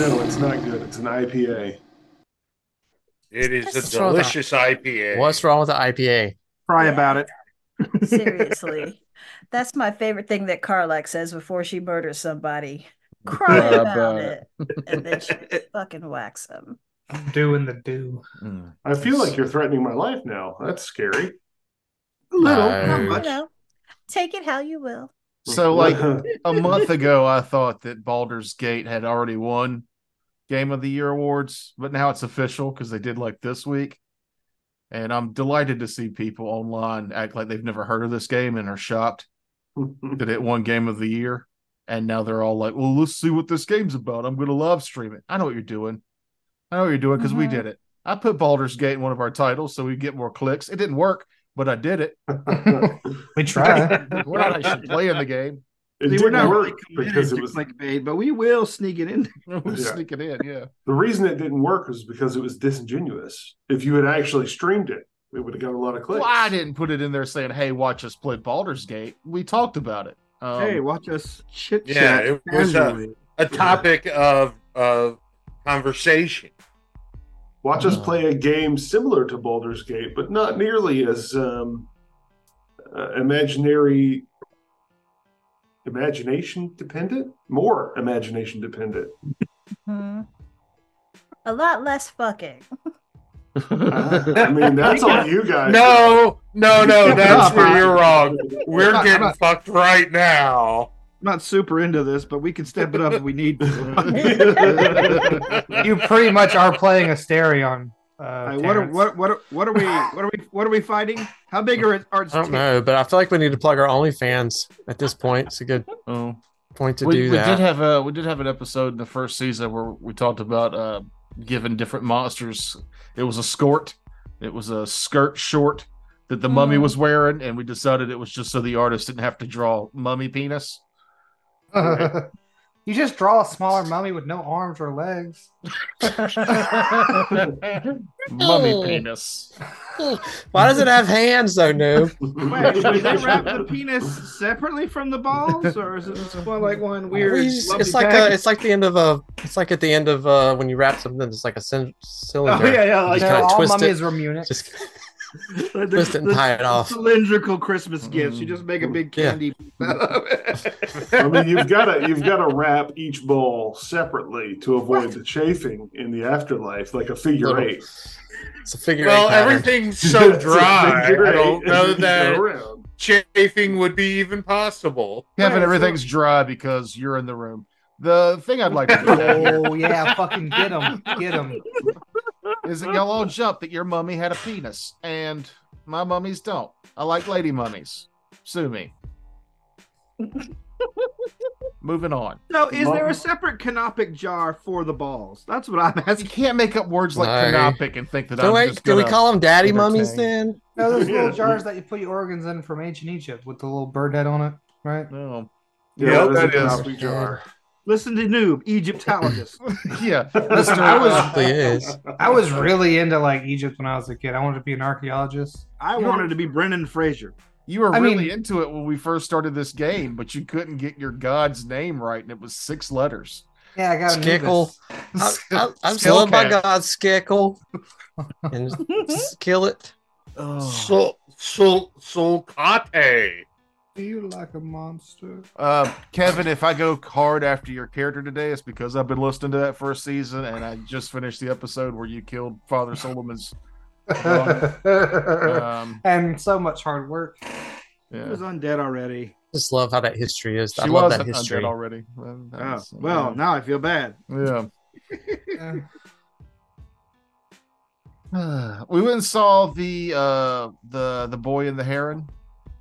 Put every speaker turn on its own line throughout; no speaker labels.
No, it's not good. It's an IPA.
It is
What's
a
wrong with that?
delicious IPA.
What's wrong with the IPA?
Cry about it.
Seriously. That's my favorite thing that Carlac says before she murders somebody. Cry about
about
it. And then she fucking whacks him.
I'm doing the do.
Mm.
I feel like you're threatening my life now. That's scary.
A little, not
No.
You
much.
know, take it how you will.
So like a month ago, I thought that Baldur's Gate had already won Game of the Year awards, but now it's official because they did like this week. And I'm delighted to see people online act like they've never heard of this game and are shocked that it won Game of the Year. And now they're all like, "Well, let's see what this game's about. I'm going to live stream it." I know what you're doing. I know what you're doing because we
Mhm.
did it. I put Baldur's Gate in one of our titles so we get more clicks. It didn't work, but I did it.
We try.
We're not actually playing the game.
it
See,
didn't
we're not really
work
committed
because
to
it was
clickbait, but we will sneak it in.
We'll
Yeah.
sneak it in. Yeah.
the reason it didn't work was because it was disingenuous. If you had actually streamed it, it would have got a lot of clicks.
Well, I didn't put it in there saying, "Hey, watch us play Baldur's Gate." We talked about it. Um,
hey, watch us chit
Yeah,
chat.
it was, uh,
casually.
a topic of of conversation?
Watch us play a game similar to Baldur's Gate, but not nearly as um, uh, imaginary, imagination dependent. More imagination dependent.
Hmm. A lot less fucking.
Uh, I mean, that's all you guys.
No, no, no.
Yeah,
That's where
Bob.
you're wrong.
I'm
We're
not- I'm
getting
not-
fucked right now.
I'm not super into this, but we can step it up if we need to.
you pretty much are playing a stereo. Uh,
All right, what, are,
Terrence.
what, what, are, what are we? What are we? What are we fighting? How big are our?
I don't know, but I feel like we need to plug our OnlyFans at this point. It's a good
oh.
point to
we,
do
we
that.
did have a we did have an episode in the first season where we talked about uh, giving different monsters. It was a skort. It was a skirt short that the mummy
Hmm.
Mhm.
was wearing, and we decided it was just so the artist didn't have to draw mummy penis.
you just draw a smaller mummy with no arms or legs.
mummy penis.
Why does it have hands though, Noob?
Wait, do they wrap the penis separately from the balls, or is it just one, like one weird?
We just-
lovely
it's like
package?
a, it's like the end of a it's like at the end of uh when you wrap something it's like a cin- cylinder.
oh yeah, yeah, like
Just
They're
kinda
all
twist it.
mummies were Munich.
Just
the,
twist it and
the
tie it off.
cylindrical Christmas gifts. You just make a big
Mm, Yeah.
candy. out of it.
I mean, you've got to you've got to wrap each ball separately to avoid the chafing in the afterlife, like a figure
Little
eight.
It's a figure
Well,
eight pattern.
everything's so
It's a
dry.
figure
I
eight,
don't
and
know
then you go
that
around.
chafing would be even possible.
Kevin,
Right,
everything's dry because you're in the room. The thing I'd like to point out here
oh yeah, fucking get him, get him.
is that y'all all jump that your mummy had a penis, and my mummies don't. I like lady mummies. Sue me. Moving on.
So, is there a separate canopic jar for the balls? That's what I'm
You
asking.
can't make up words like
No.
canopic and think that
do,
I'm
we,
just
do
gonna.
we call them daddy
entertain.
mummies then?
No, those
Yeah.
little jars that you put your organs in from ancient Egypt with the little bird head on it, right?
No.
Yeah,
Yep,
that is
that is-
a coffee jar.
Listen to Noob, Egyptologist.
Yeah.
Mister,
I was-
Probably is.
I was really into like Egypt when I was a kid. I wanted to be an archaeologist.
I
You
wanted to be Brendan Fraser.
You were
I
really
mean-
into it when we first started this game, but you couldn't get your god's name right, and it was six letters.
Yeah, I got a
Skickle. I, I, I'm still loved by God Skickle and just kill it.
Oh.
Sol, sol, solcate.
Do you like a monster?
Uh, Kevin, if I go hard after your character today, it's because I've been listening to that first season and I just finished the episode where you killed Father Solomon's. Um,
and so much hard work.
He
yeah.
was undead already.
Just love how that history is. I
She
love
was
that
undead
history.
already. Well, that
Oh,
was-
well, now I feel bad.
yeah.
Yeah.
we went and saw the uh, the the boy and the heron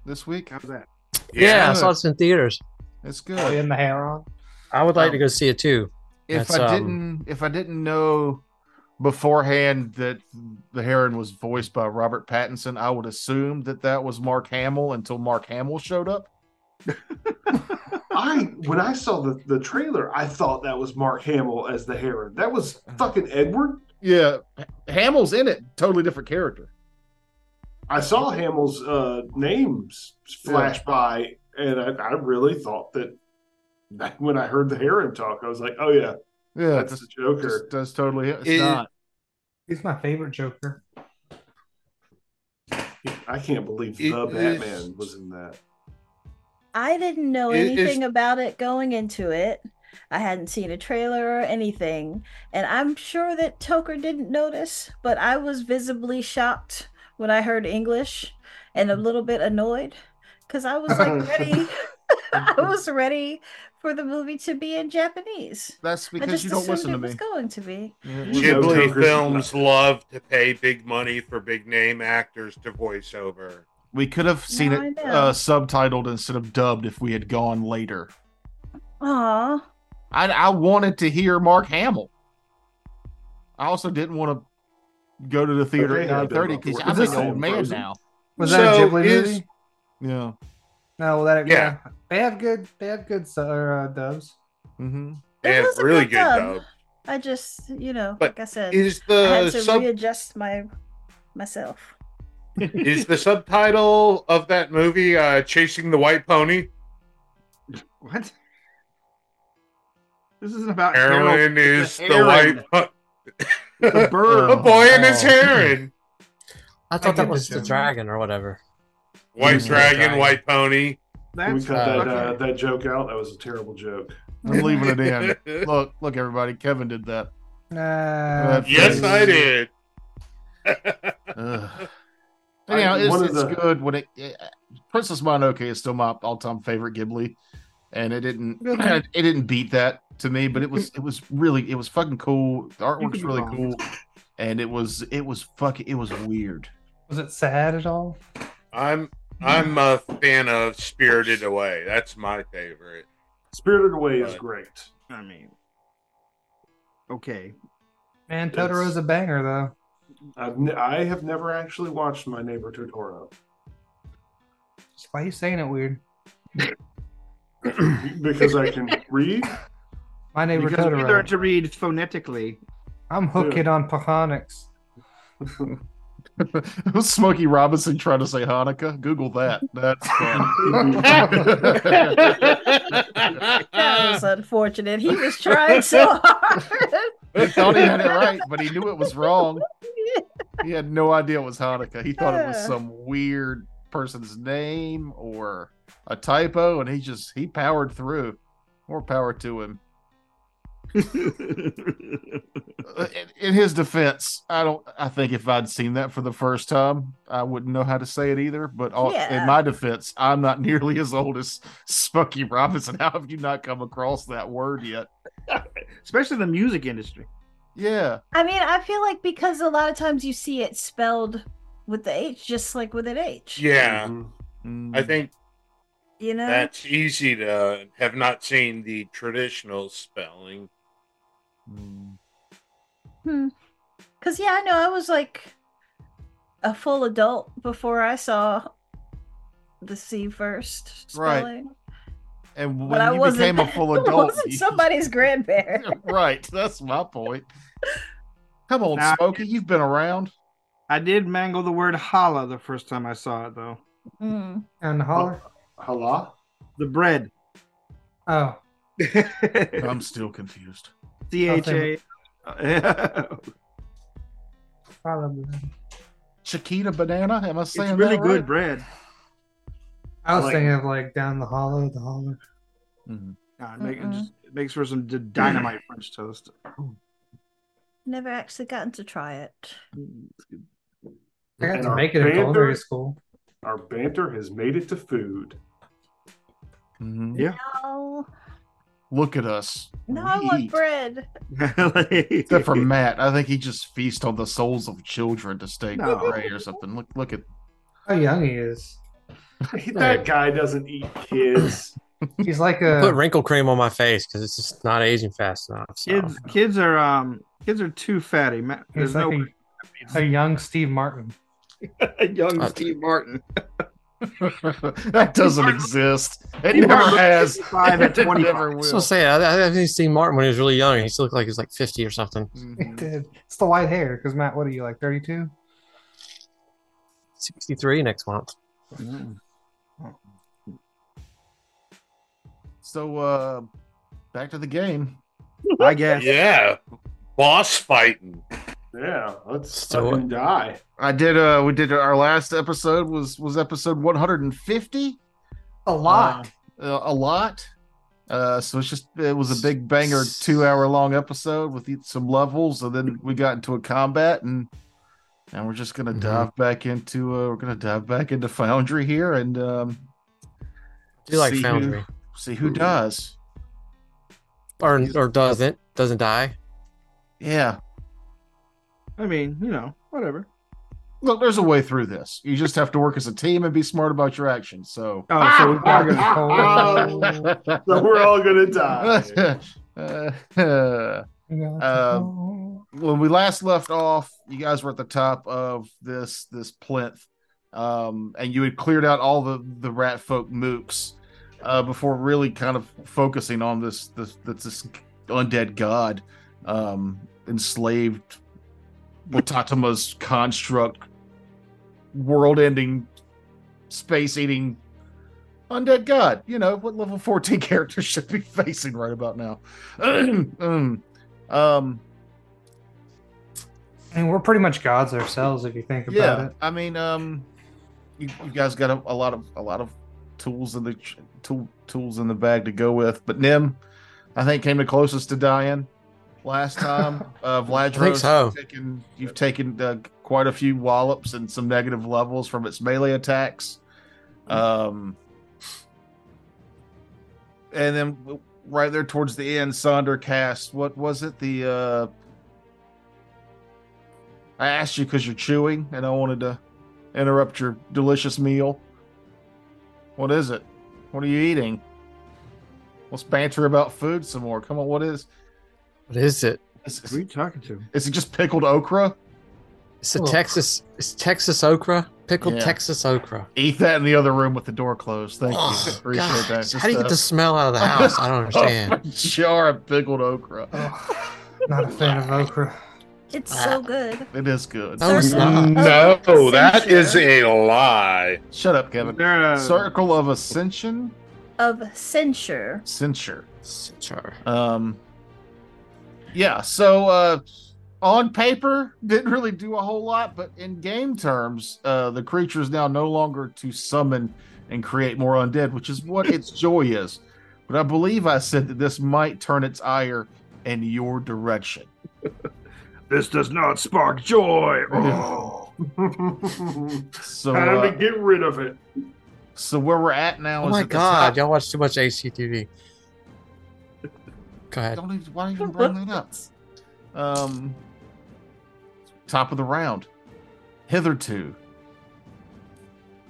this week.
How's that?
Yeah, I saw this in theaters.
it's
Boy
good.
in the hair on.
I would like
Um,
to go see it too.
If
That's,
I
um,
didn't if I didn't know beforehand that the heron was voiced by Robert Pattinson, I would assume that that was Mark Hamill until Mark Hamill showed up.
I when I saw the, the trailer, I thought that was Mark Hamill as the Heron. That was
Mm-hmm.
fucking Edward.
Yeah, H- Hamill's in it. Totally different character.
I saw Hamill's uh, names flash by, and I, I really thought that when I heard the Heron talk, I was like, oh yeah,
Yeah,
that's the Joker.
That's, that's totally it. It's
It-
not.
He's my favorite Joker.
I can't believe
It
the
is-
Batman was in that.
I didn't know
It- it's-
anything about it going into it. I hadn't seen a trailer or anything. And I'm sure that Toker didn't notice, but I was visibly shocked when I heard English and a little bit annoyed because I was like ready. I was ready for the movie to be in Japanese.
That's
I
because
just
you don't
assumed
listen
it
to
was
me.
going to be.
No
Ghibli
Joker's
films love to pay big money for big name actors to voice over.
We could have seen
No,
it
I know.
uh, subtitled instead of dubbed if we had gone later.
Aw,
I, I wanted to hear Mark Hamill. I also didn't want to go to the theater
They
at
had
nine
them
thirty because
before.
I'm
Was
an
this-
old man
Frozen?
now.
Was that
So
a Ghibli
is-
movie?
Yeah.
No, that
Yeah.
yeah. They have good. They have good su- uh, dubs.
Mm-hmm.
It
And
was a
really
good
good
dub.
dub.
I just, you know,
But
like I said,
Is
I had
uh,
the
to
sub
readjust my myself.
is the subtitle of that movie uh, "Chasing the White Pony"?
What? This isn't about Harold.
Heron is
Uh,
the,
It's a heron.
white po-
The bird.
a boy and his
Oh.
heron.
I thought
get
that was
this
the
now.
dragon or whatever.
White
Mhm.
dragon,
Dragon.
white pony.
Can we
That's
cut
uh,
that uh,
okay.
that joke out? That was a terrible joke.
I'm leaving it in. Look, look, everybody. Kevin did that.
Nah.
yes,
please.
I did.
Ugh.
I-
Anyhow, it's,
one of
it's
the-
good when it, eh, Princess Mononoke is still my all-time favorite Ghibli, and it didn't it didn't beat that to me, but it was it was really it was fucking cool. The
could
artwork's
be
really
wrong.
cool, and it was it was fucking it was weird.
Was it sad at all?
I'm I'm a fan of Spirited Away. That's my favorite.
Spirited Away is
Right.
great.
I mean, okay.
Man,
It's-
Totoro's a banger though.
I've ne- I have never actually watched My Neighbor Totoro
Why are you saying it weird?
because I can read.
My neighbor
Because we learned
Totoro.
to read phonetically.
I'm hooked on Pahonics.
it was Smokey Robinson trying to say Hanukkah. Google that. That's fun.
That
Uh,
was unfortunate. He was trying so hard.
he thought he had it right, but he knew it was wrong. He had no idea it was Hanukkah. He thought it was
Yeah.
some weird person's name or a typo, and he just he powered through. More power to him. Uh, In, in his defense, I don't. I think if I'd seen that for the first time, I wouldn't know how to say it either. But all,
Yeah.
in my defense, I'm not nearly as old as Smokey Robinson. How have you not come across that word yet?
Especially the music industry.
Yeah,
I mean, I feel like because a lot of times you see it spelled with the H, just like with an H.
Yeah,
Mhm.
Mm.
I think
You know?
that's easy to have not seen the traditional spelling.
Because, yeah, I know I was like a full adult before I saw the C first
Right.
spelling.
And when
But I
you
wasn't,
became a full
I
adult,
wasn't
you-
somebody's grandparent.
right? That's my point. Come on,
Nah.
Smokey, you've been around.
I did mangle the word challah the first time I saw it, though.
Mm.
And holler.
Hala?
The bread.
Oh,
I'm still confused.
C H A.
probably.
Chiquita banana? Am I
It's
saying
really
that
good
right?
bread.
I was
Like-
thinking of like down the hollow, the holler.
Mhm.
Nah, it, make- it
Mm-mm.
just it makes for some d- dynamite French toast.
Never actually gotten to try it.
I got
And
to
our
make it in
banter-
culinary school.
Our banter has made it to food.
Mhm.
Yeah.
No,
Look at us.
no,
We
I want
eat.
bread.
Except for Matt, I think he just feasts on the souls of children to stay
No.
gray or something. Look, look at
How young he is.
that guy doesn't eat kids.
He's like
Put
a
wrinkle cream on my face because it's just not aging fast enough. so.
kids, kids are um, kids are too fatty. Man,
he's
there's
like
no
a, a young Steve Martin.
young
Uh,
I-
Steve Martin.
that doesn't exist. It
He
never
worked
has.
Five at
It
twenty.
never
I was gonna
will.
say, I, I haven't seen Martin when he was really young. He still looked like he was like 50 or something.
It
Mhm.
did. It's the white hair. Because Matt, what are you like? Thirty-two?
63 next month.
Mm-hmm.
So, uh, Back to the game.
I guess.
Yeah. Boss fighting.
Yeah, let's
do
fucking die.
I did. Uh, we did our last episode was was episode 150.
A lot.
Uh, a lot. Uh, so it's just it was a big banger, two hour long episode with some levels, and then we got into a combat, and and we're just gonna
Mhm.
dive back into uh, we're gonna dive back into Foundry here, and um,
Do you like
see who-
Foundry
see who does.
or or doesn't doesn't die?
Yeah,
I mean, you know, whatever.
look, there's a way through this. You just have to work as a team and be smart about your actions. So.
Oh, so we are
ah.
gonna
Oh, So we're all gonna die.
Uh, when we last left off, you guys were at the top of this this plinth, um, and you had cleared out all the the rat folk mooks uh, before really kind of focusing on this this this, this undead god um, enslaved Watatima's construct, world-ending, space-eating undead god. You know what level fourteen character should be facing right about now. um.
I mean, we're pretty much gods ourselves if you think about
yeah,
it.
I mean, um, you, you guys got a, a lot of a lot of tools in the ch- tool, tools in the bag to go with, but Nim, I think, came the closest to dying last time. uh, Vladros,
think so.
you've taken, you've taken uh, quite a few wallops and some negative levels from its melee attacks. Um, and then right there towards the end, Sonder cast what was it? The uh, I asked you because you're chewing, and I wanted to interrupt your delicious meal. What is it? What are you eating? Let's banter about food some more. Come on, what is?
What is it?
Is,
Who are you talking to?
is it just pickled okra?
It's a
Look.
Texas. It's Texas okra. Pickled
Oh. Yeah.
Texas okra.
Eat that in the other room with the door closed. Thank you.
Oh,
Appreciate
God.
that. Just
How do you
a-
get the smell out of the house? I don't understand.
A jar of pickled okra.
Oh, not a fan of okra.
It's
Ah.
so good.
It is good.
No, it's
Circle Oh,
not.
of
No, that
ascension-
is a lie.
Shut up, Kevin.
No.
Circle of Ascension?
of censure.
Censure.
Sure.
Um, yeah. So uh, on paper, didn't really do a whole lot, but in game terms, uh, the creature is now no longer to summon and create more undead, which is what its joy is. But I believe I said that this might turn its ire in your direction.
This does not spark joy.
So,
Time
uh,
to get rid of it.
so where we're at now
Oh
is
my
at the
God!
top-
Y'all watch too much HGTV. Go ahead.
Don't even, why even bring that up? Um, top of the round. Hitherto,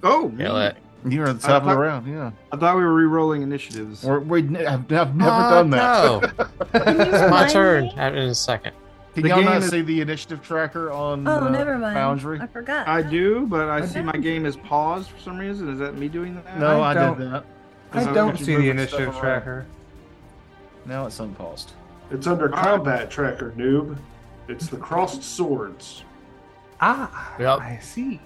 Oh,
Kill it.
you're at the top of the
thought-
round. Yeah.
I thought we were re-rolling initiatives.
We're, we ne- I've, I've never done that.
No. it's my
Mind
turn.
me?
In a second.
Can
The
y'all
game
not
is-
see the initiative tracker on
Oh,
uh,
never mind.
Foundry?
I forgot.
I do, but I see my game is paused for some reason. Is that me doing that?
No, I,
I don't-
did that.
I
Is
don't
it-
see the initiative tracker.
Now it's unpaused.
It's under combat tracker, noob. It's the crossed swords.
Ah,
Yep.
I see.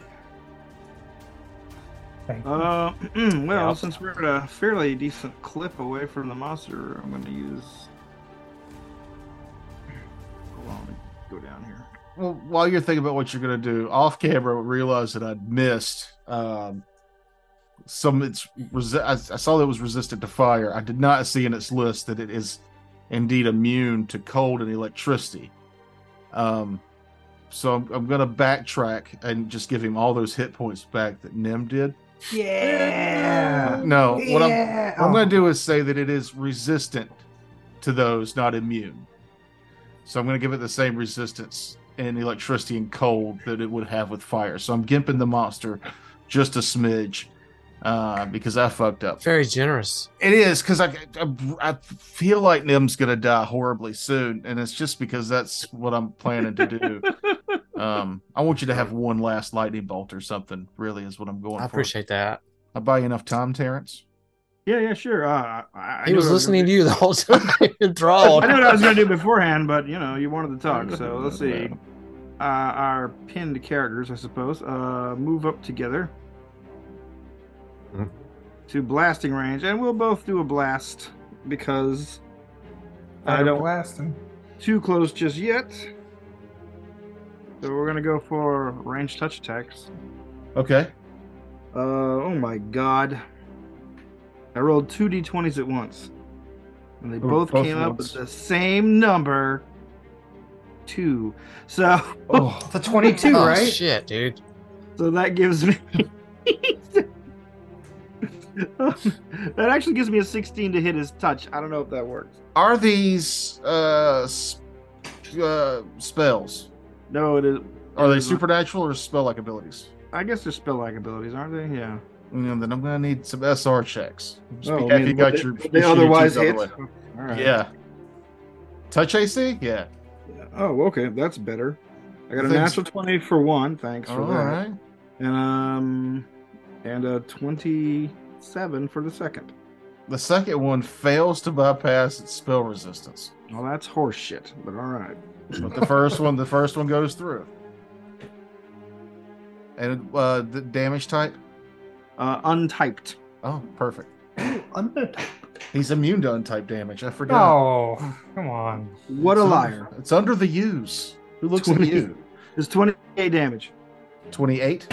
Thank you.
Uh, well,
Yeah.
since we're at a fairly decent clip away from the monster, I'm going to use. Hold on, let me go down here.
Well, while you're thinking about what you're going to do, off camera, I realized that I'd missed um, some. It's resi- I, I saw that it was resistant to fire. I did not see in its list that it is indeed immune to cold and electricity. Um, so I'm, I'm going to backtrack and just give him all those hit points back that Nim did.
yeah.
No, what I'm
yeah.
What I'm
Oh.
going to do is say that it is resistant to those, not immune. So I'm going to give it the same resistance in electricity and cold that it would have with fire. So I'm gimping the monster just a smidge uh, because I fucked up.
Very generous.
It is because I, I I feel like Nim's gonna die horribly soon, and it's just because that's what I'm planning to do. um, I want you to have one last lightning bolt or something. Really, is what I'm going
I
for.
appreciate that.
I buy you enough time, Terrence.
Yeah, yeah, sure. Uh, I, I
He
knew
was
what I
listening
gonna
to you the whole time. Draw.
do. I knew what I was going to do beforehand, but you know, you wanted to talk, so let's see. Uh, our pinned characters, I suppose, uh, move up together
Mhm. Mm-hmm.
to blasting range, and we'll both do a blast because I don't
Oh, blast him.
too close just yet. So we're gonna go for range touch attacks.
Okay.
Uh oh my god. I rolled two d20s at once. And they
Ooh,
both,
Oh, both
came up with
ones.
the same number. Two. So
Oh,
It's a 22,
oh,
right?
Shit, dude.
so that gives me That actually gives me a 16 to hit his touch. I don't know if that works.
are these uh, s- uh spells?
No, it is
Are they
Mhm.
supernatural or spell-like abilities?
I guess they're spell like abilities, aren't they? Yeah.
Mm, then I'm gonna need some SR checks. Just
Oh,
be
I
happy
mean,
you got
would
your.
they- would
your
they
shitty
otherwise
twos out
hit.
of the way.
All right.
Yeah. Touch AC? Yeah.
Oh, okay, that's better. I got a
Thanks.
natural twenty for one. Thanks for
All
that.
right.
And um, and a twenty-seven for the second.
The second one fails to bypass its spell resistance.
Well, that's horse shit, but all right.
But the first one, the first one goes through. And uh, the damage type?
Uh, untyped.
Oh, perfect. He's immune to untyped damage. I forgot.
Oh, come on.
What a
It's
liar!
under- It's under the U's. Who looks at
20.
you?
It's twenty-eight damage.
28.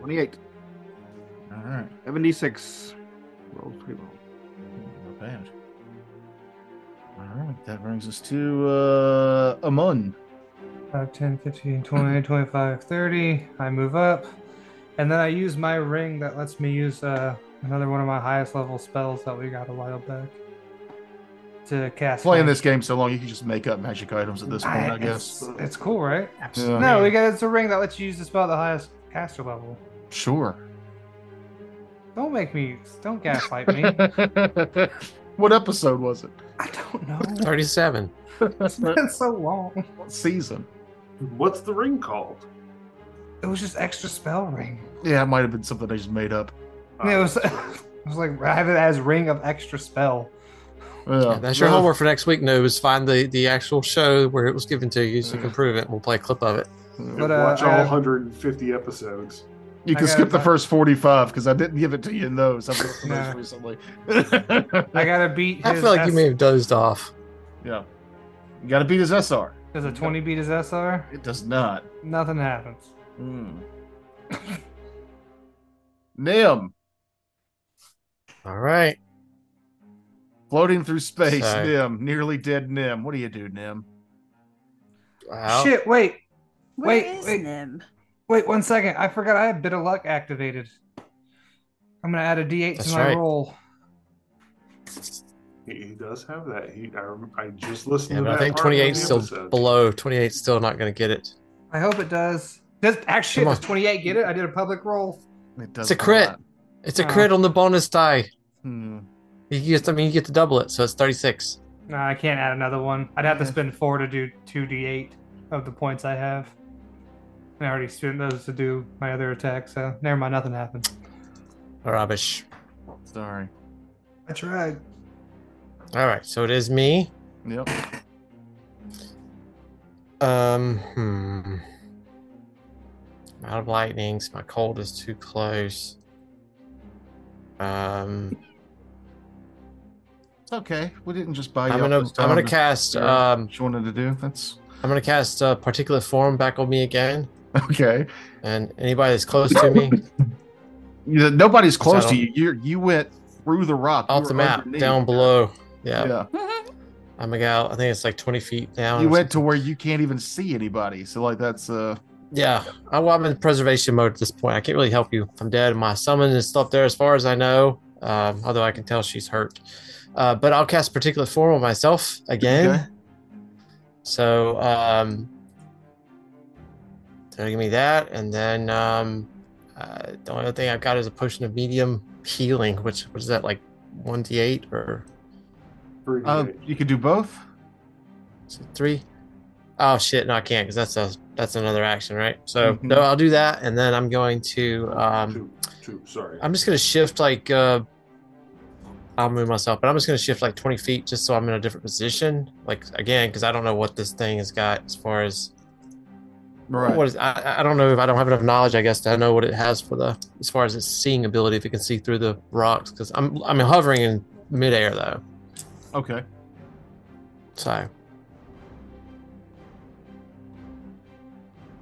Twenty-eight.
All right.
Seventy-six. Rolls pretty well.
Not bad. All right. That brings us to uh, Amun.
5, 10, 15, 20, 25, 30. I move up. And then I use my ring that lets me use uh, another one of my highest level spells that we got a while back to cast.
Playing
my-
this game so long, you can just make up magic items at this point, I, guess.
It's, it's cool, right?
Oh,
Absolutely.
No, we got it's a ring that lets you use the spell at the highest caster level.
Sure.
Don't make me. Don't gaslight me.
what episode was it?
I don't know.
37.
It's been so long.
What season?
What's the ring called?
It was just extra spell ring.
Yeah, it might have been something I just made up.
Oh.
it was.
Uh,
I was like, I have it as ring of extra spell.
Yeah.
Yeah, that's your
Uh,
homework for next week, Noob, is find the, the actual show where it was given to you so you can prove it. We'll play a clip of it.
But, uh,
Watch all
I-
150 episodes.
You
I
can
got
skip the
my-
first 45 because I didn't give it to you in those. I've got
Nah.
those recently.
I gotta beat. His
I feel like you
S-
may have dozed off.
yeah. You got to beat his SR.
Does a twenty beat his SR?
It does not.
Nothing happens.
Mm. Nim,
All right.
floating through space.
Sorry.
Nim, nearly dead Nim. What do you do, Nim?
Wow.
Shit! Wait,
Where is
Wait, wait.
Nim?
wait one second. I forgot I have bit of luck activated. I'm gonna add a D8
That's
to my
right.
roll.
He, he does have that. He, I, rem- I just listened to
Yeah, but
that.
I think
part of the
28 still
episode.
below. 28 still not going to get it.
I hope it does. Does actually
Come
does
on.
28 get it? I did a public roll.
It does
It's a crit.
not.
It's a
Oh.
crit on the bonus die.
Hmm.
You get, I mean, you get to double it, so it's 36.
No, I can't add another one. I'd have to
Yeah.
spend four to do two D8 of the points I have. And I already spent those to do my other attack, so never mind. Nothing happened.
Rubbish.
Sorry.
I tried.
All right, so it is me.
Yep.
Um, hmm. Out of lightnings, my cold is too close. Um,
It's okay. We didn't just buy you.
I'm
up
gonna
this
I'm gonna
time.
cast
Yeah.
um
What you wanted to do? That's
I'm gonna cast uh, particulate form back on me again,
okay.
and anybody that's close to me
You- Nobody's close
I
to
don't-
you. You you went through the rock. You
off the
were
map
underneath.
down below. Yeah,
Yeah.
I'm like out. I think it's like 20 feet down.
You
or
went to where you can't even see anybody. So like that's uh
something. yeah. I, well, I'm in preservation mode at this point. I can't really help you. I'm dead. My summon is still up there, as far as I know. Um, although I can tell she's hurt. Uh, but I'll cast particulate form on myself again.
Okay.
So, um, so give me that, and then um, uh, the only other thing I've got is a potion of medium healing, which was that like one d eight or
Pretty
uh,
great.
you could do both.
is it three? Oh shit, no, I can't because that's a that's another action, right? So
Mhm.
no, I'll do that, and then I'm going to um,
two, two. Sorry.
I'm just gonna shift like uh, I'll move myself, but I'm just gonna shift like 20 feet just so I'm in a different position, like again because I don't know what this thing has got as far as
Right.
What is, I, I don't know if I don't have enough knowledge, I guess, to know what it has for the as far as its seeing ability, if it can see through the rocks. Because I'm I'm hovering in midair though,
Okay.
So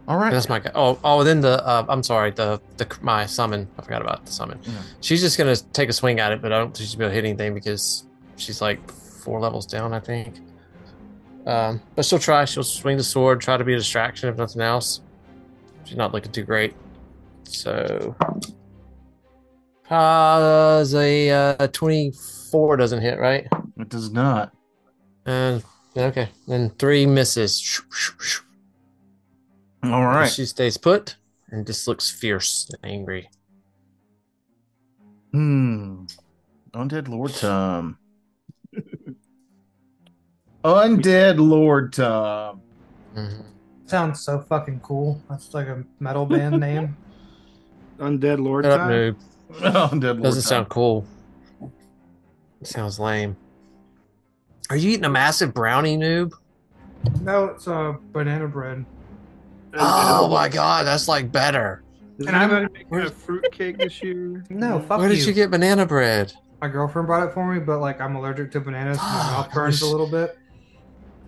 All right.
that's my guy. Oh, oh, then the uh, I'm sorry, the the my summon. I forgot about the summon.
Yeah.
She's just gonna take a swing at it, but I don't think she's gonna hit anything because she's like four levels down, I think. Um, but she'll try. She'll swing the sword, try to be a distraction if nothing else. She's not looking too great, so uh, a uh, twenty-four doesn't hit, right?
It does not.
And okay, then three misses.
All right.
She stays put and just looks fierce and angry.
Hmm. Undead Lord Tom. Undead Lord Tom.
Mm-hmm.
Mhm.
Sounds so fucking cool. That's like a metal band name.
Undead Lord
Shut up,
time.
noob.
Undead Lord
Doesn't
Tom.
sound cool. It sounds lame. Are you eating a massive brownie, noob?
No, it's uh, banana bread. Uh,
Oh my god, that's like better.
Is
And I'm-
anybody making a fruitcake this year?
No, fuck
Where
you.
did you get banana bread?
My girlfriend brought it for me, but like I'm allergic to bananas. so My mouth
Fuck,
burns a
wish-
little bit.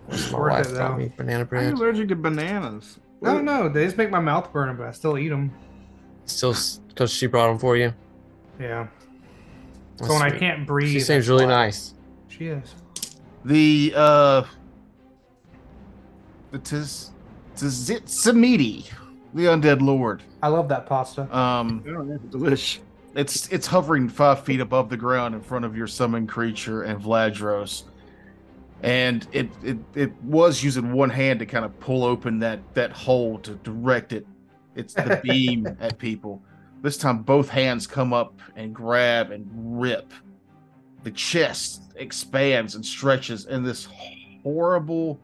My
worth
wife
it,
got
though.
me banana
I'm
bread.
allergic to bananas. Oh,
No, no, they just make my mouth burn, but I still eat them.
Still, because she brought them for you.
Yeah. So
That's
when I
sweet.
can't breathe,
She
that's
seems really
why.
nice.
She is.
The uh the Tiz Tzitsamiti, the undead lord.
I love that pasta.
Um
Oh, that's delish.
It's it's hovering five feet above the ground in front of your summoned creature and Vladros. And it, it it was using one hand to kind of pull open that that hole to direct it. It's the beam at people. This time both hands come up and grab and rip. The chest expands and stretches, and this horrible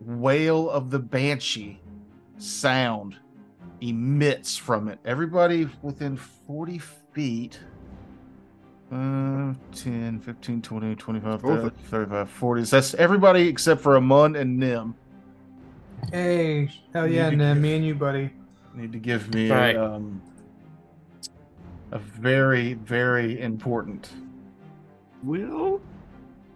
wail of the banshee sound emits from it. Everybody within 40 feet. Uh, 10, 15, 20, 25,
Both
30,
of
35, 40. That's everybody except for Amun and Nim.
Hey, hell yeah,
You-
and uh, me and you, buddy.
Need to give me
Right.
a, um, a very, very important
Will?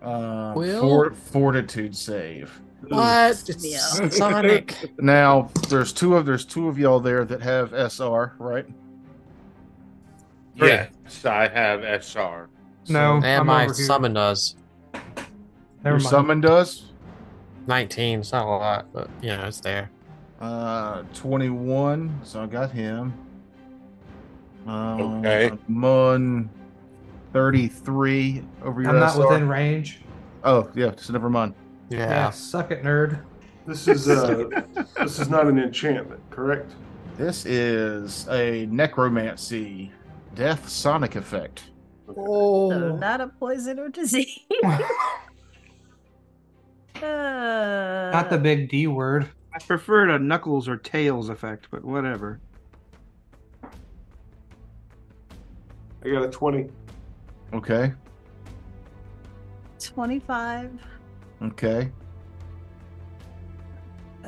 uh,
Will?
fort- fortitude save.
What?
Yeah.
It's Sonic.
Now, there's two of there's two of y'all there that have SR, right?
Yes, I have SR.
No,
And
I'm
my
over here.
summon does.
Never
Your
mind.
summon does.
19. It's not a lot, but you know, it's there.
Uh, 21. So I got him. Um,
Okay.
Mun 33 over your
I'm not
SR.
within range.
Oh, yeah. So never mind.
Yeah.
Yeah.
suck it, nerd.
This is uh, this is not an enchantment, correct?
This is a necromancy death sonic effect.
So
Oh,
not a poison or disease. Uh,
not the big D word.
I prefer the knuckles or tails effect, but whatever.
I got a twenty.
Okay.
25.
Okay.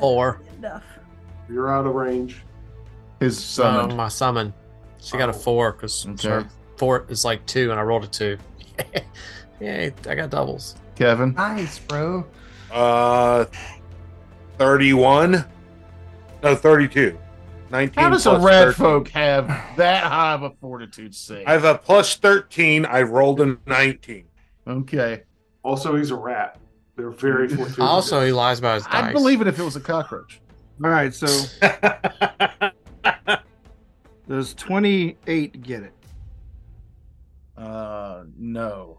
Or
Uh, Enough.
You're out of range.
His
um,
Oh
summon.
my summon. She got a
Oh.
four because
Okay.
her four is like two, and I rolled a two. Yay, I got doubles.
Kevin.
Nice, bro.
Uh, 31? No, 32. 19
How does a
plus
red
13.
folk have that high of a fortitude save?
I have a plus 13. I rolled a 19.
okay.
Also, he's a rat. They're very fortuitous.
Also, he lies about his dice.
I'd believe it if it was a cockroach.
All right, so does 28 get it?
Uh, no.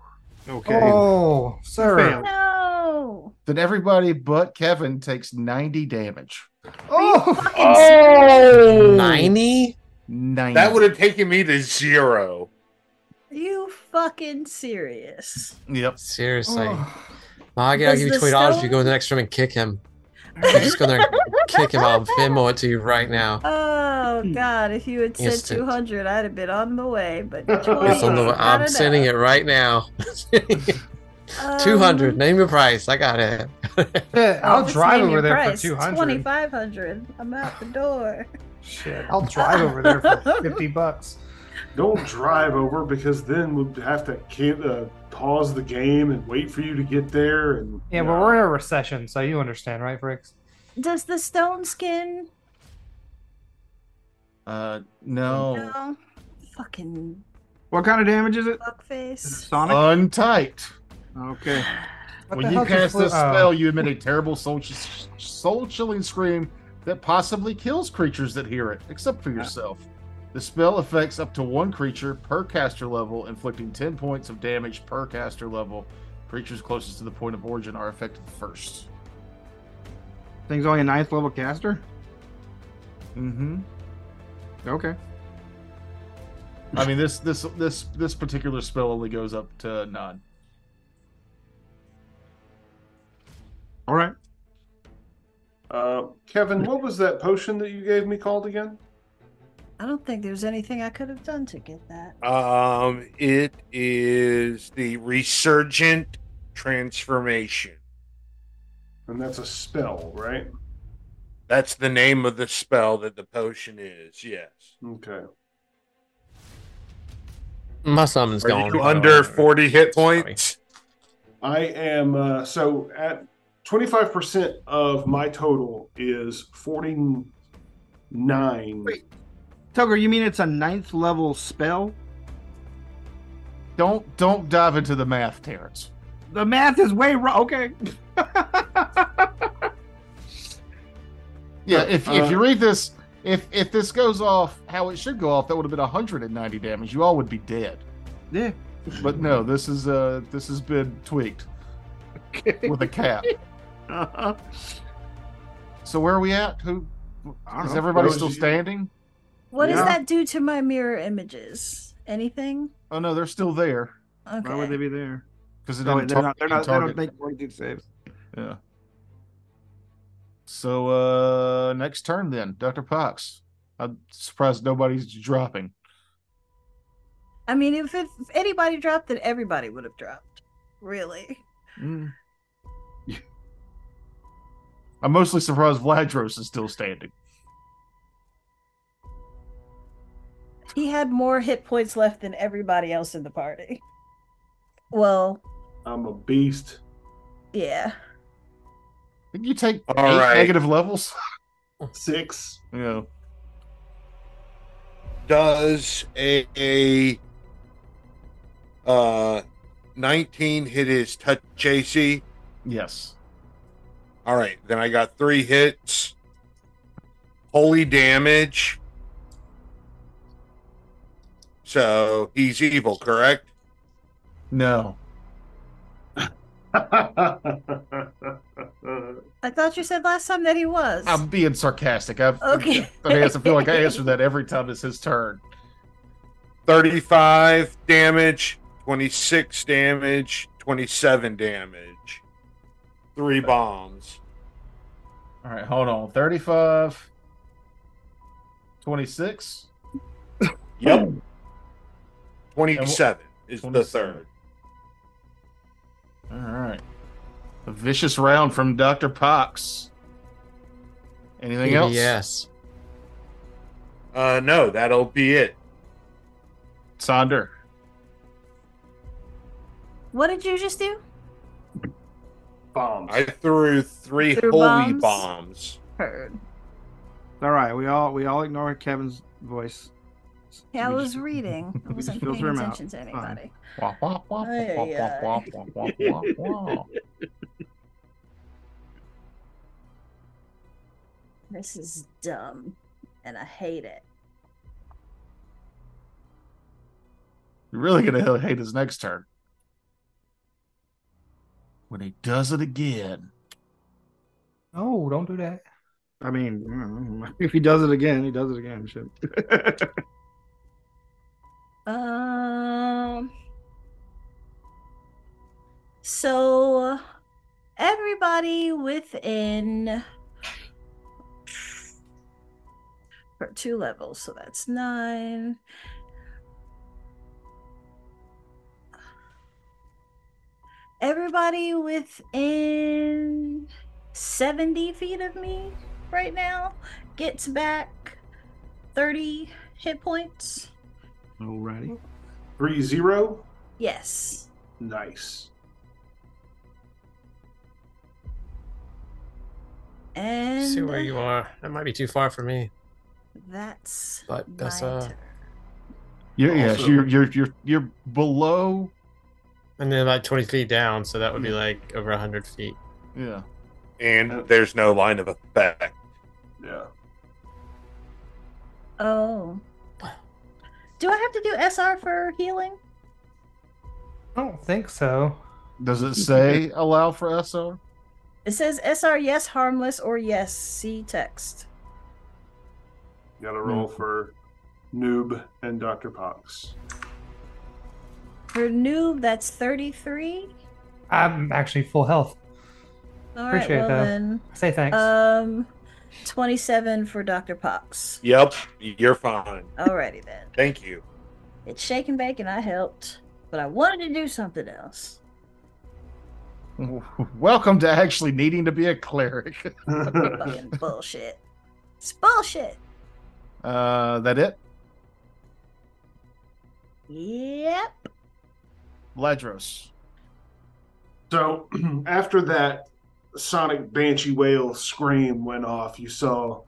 Okay.
Oh, sir.
Fail.
No.
Then everybody but Kevin takes 90 damage.
Oh,
oh!
90?
90.
That would have taken me to zero.
You fucking serious?
Yep.
Seriously.
oh.
Well, I gotta
Does
give you
the
$20 if you
stone-
go in the next room and kick him. You just go there and kick him. I'll Venmo it to you right now.
Oh God! If you had said
Instant.
two hundred, I'd have been on the way. But
It's
20
It's on the,
is not
I'm sending it
enough.
right now.
Um,
200. Name your price. I got it.
Shit, I'll
Oh, it's
drive
name
over
your
there
price.
for 200.
Twenty five hundred. I'm out the door.
Shit, I'll drive over there for 50 bucks.
Don't drive over because then we'd have to can- uh, pause the game and wait for you to get there. And
Yeah, but we're in a recession, so you understand, right, Fricks?
Does the stone skin?
Uh,
Oh.
no.
No. Fucking
What kind of damage is it?
fuckface.
Sonic.
Uh, Untight.
Okay.
What
when
the
you
hell's your
cast
flu-
this
oh.
spell, you emit a terrible soul, soul chilling scream that possibly kills creatures that hear it, except
Uh.
for yourself. The spell affects up to one creature per caster level, inflicting 10 points of damage per caster level. Creatures closest to the point of origin are affected first.
Thing's only a ninth level caster.
Mm-hmm.
Okay.
I mean this this this this particular spell only goes up to nine.
All right.
uh, Kevin, what was that potion that you gave me called again?
I don't think there's anything I could have done to get that.
Um, it is the resurgent transformation.
And that's a spell, right?
That's the name of the spell that the potion is. Yes.
Okay.
My summon's
Are
gone.
you
by the
under
way.
forty hit points?
I am uh, so at twenty five percent of my total is forty nine.
Wait. Tugger, you mean it's a ninth level spell?
Don't don't dive into the math, Terrence.
The math is way wrong. Okay.
Yeah, if,
Uh,
if you read this, if if this goes off how it should go off, that would have been 190 damage. You all would be dead.
Yeah.
But no, this is uh this has been tweaked with a cap.
Uh-huh.
So where are we at? Who
I don't
is
know.
everybody
Those
still
you-
standing?
What
Yeah.
does that do to my mirror images? Anything?
Oh no, they're still there
Okay.
Why would they be there?
because it doesn't
No, wait, they're
tar-
not. They're not. They
target.
don't make fortitude saves.
Yeah. So uh next turn then, Doctor Pox. I'm surprised nobody's dropping.
I mean, if, it, if anybody dropped it, everybody would have dropped. Really?
I'm mostly surprised Vladros is still standing.
He had more hit points left than everybody else in the party. Well,
I'm a beast.
yeah.
Didn't you take
All
eight
right.
negative levels?
Six.
Yeah.
Does a, a uh nineteen hit his touch AC?
Yes.
All right, then I got three hits. Holy damage. So he's evil, correct?
No.
I thought you said last time that he was.
I'm being sarcastic. I've,
Okay.
I mean, I feel like I answer that every time it's his turn.
35 damage, 26 damage, 27 damage. Three bombs.
All right, hold on. 35, 26.
Yep. 27 is the
27.
third.
All right. A vicious round from Dr. Pox. Anything else?
Yes.
Uh, no, that'll be it.
Sonder.
What did you just do?
Bombs.
I threw three
Threw
holy
bombs?
bombs.
Heard.
All right. We all we all ignore Kevin's voice.
Yeah, I
We
was
just-
reading. I
we
wasn't
just filter
paying
him out.
attention to
fine.
anybody.
Wah, wah, wah, wah,
Ay,
wah, wah,
ay.
wah, wah, wah, wah.
This is dumb, and I hate it.
You're really going to hate his next turn. When he does it again.
No, don't do that.
I mean, mm, if he does it again, he does it again. Shit.
Um. So, everybody within for two levels, so that's nine. Everybody within 70 feet of me right now gets back 30 hit points.
Alrighty.
Three zero.
Yes.
Nice.
And
See where you are. That might be too far for me.
That's
But that's,
my
uh,
turn.
You're, yes,
Also-
you're you're you're you're below.
And then like 20 feet down, so that would be like over 100 feet.
Yeah.
Oh.
And there's no line of effect.
Yeah.
Oh. Do I have to do SR for healing?
I don't think so.
Does it say allow for SR?
It says SR yes harmless or yes see text.
Got to roll for Noob and Doctor Pox.
For noob, that's 33.
I'm actually full health.
All right,
Appreciate
well
that.
then.
Say thanks.
Um, 27 for Dr. Pox.
Yep, you're fine.
Alrighty then.
Thank you.
It's shake and bake and I helped, but I wanted to do something else.
Welcome to actually needing to be a cleric.
Fucking bullshit. It's bullshit.
Uh, that it?
Yep.
Ladros.
So after that sonic banshee wail scream went off, you saw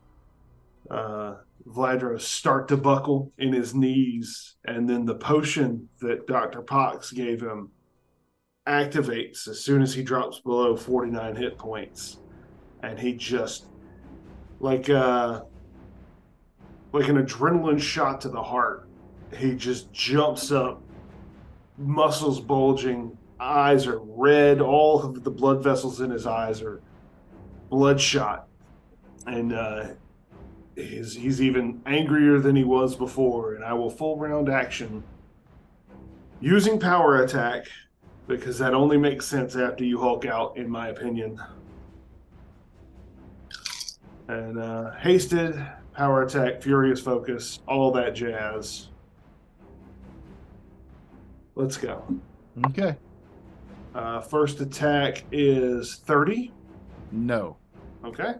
uh, Vladros start to buckle in his knees, and then the potion that Doctor Pox gave him activates as soon as he drops below 49 hit points, and he just like uh, like an adrenaline shot to the heart. He just jumps up, muscles bulging, eyes are red. All of the blood vessels in his eyes are bloodshot, and uh, he's he's even angrier than he was before. And I will full round action using power attack because that only makes sense after you Hulk out, in my opinion. And uh, hasted power attack, furious focus, all that jazz. Let's go.
Okay.
Uh, first attack is 30.
No.
Okay.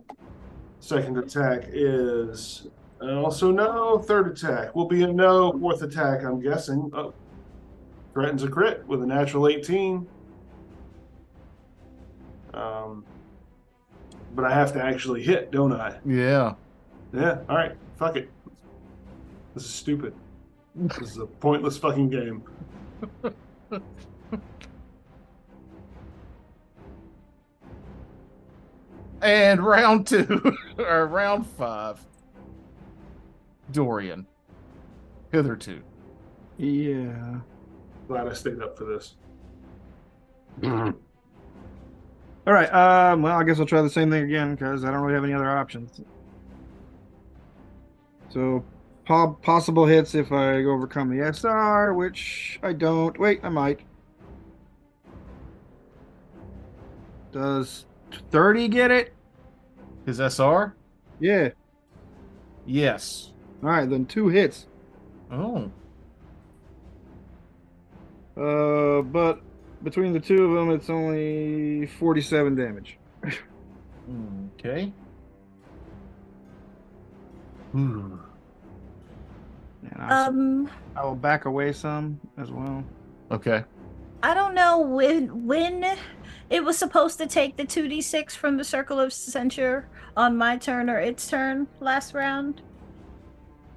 Second attack is uh, also no. Third attack will be a no. Fourth attack, I'm guessing. Oh. Threatens a crit with a natural 18. Um, but I have to actually hit, don't I?
Yeah.
Yeah, all right. Fuck it. This is stupid. This is a pointless fucking game.
And round two, or round five. Dorian. Hitherto.
Yeah.
Glad I stayed up for this.
All right. Um. Well, I guess I'll try the same thing again because I don't really have any other options. So, po- possible hits if I overcome the SR, which I don't. Wait, I might. Does thirty get it?
His SR?
Yeah.
Yes.
All right, then two hits.
Oh.
Uh, but between the two of them, it's only forty-seven damage.
Okay. Hmm.
And I,
Um,
I will back away some as well.
Okay.
I don't know when when it was supposed to take the 2d6 from the circle of censure on my turn or its turn last round,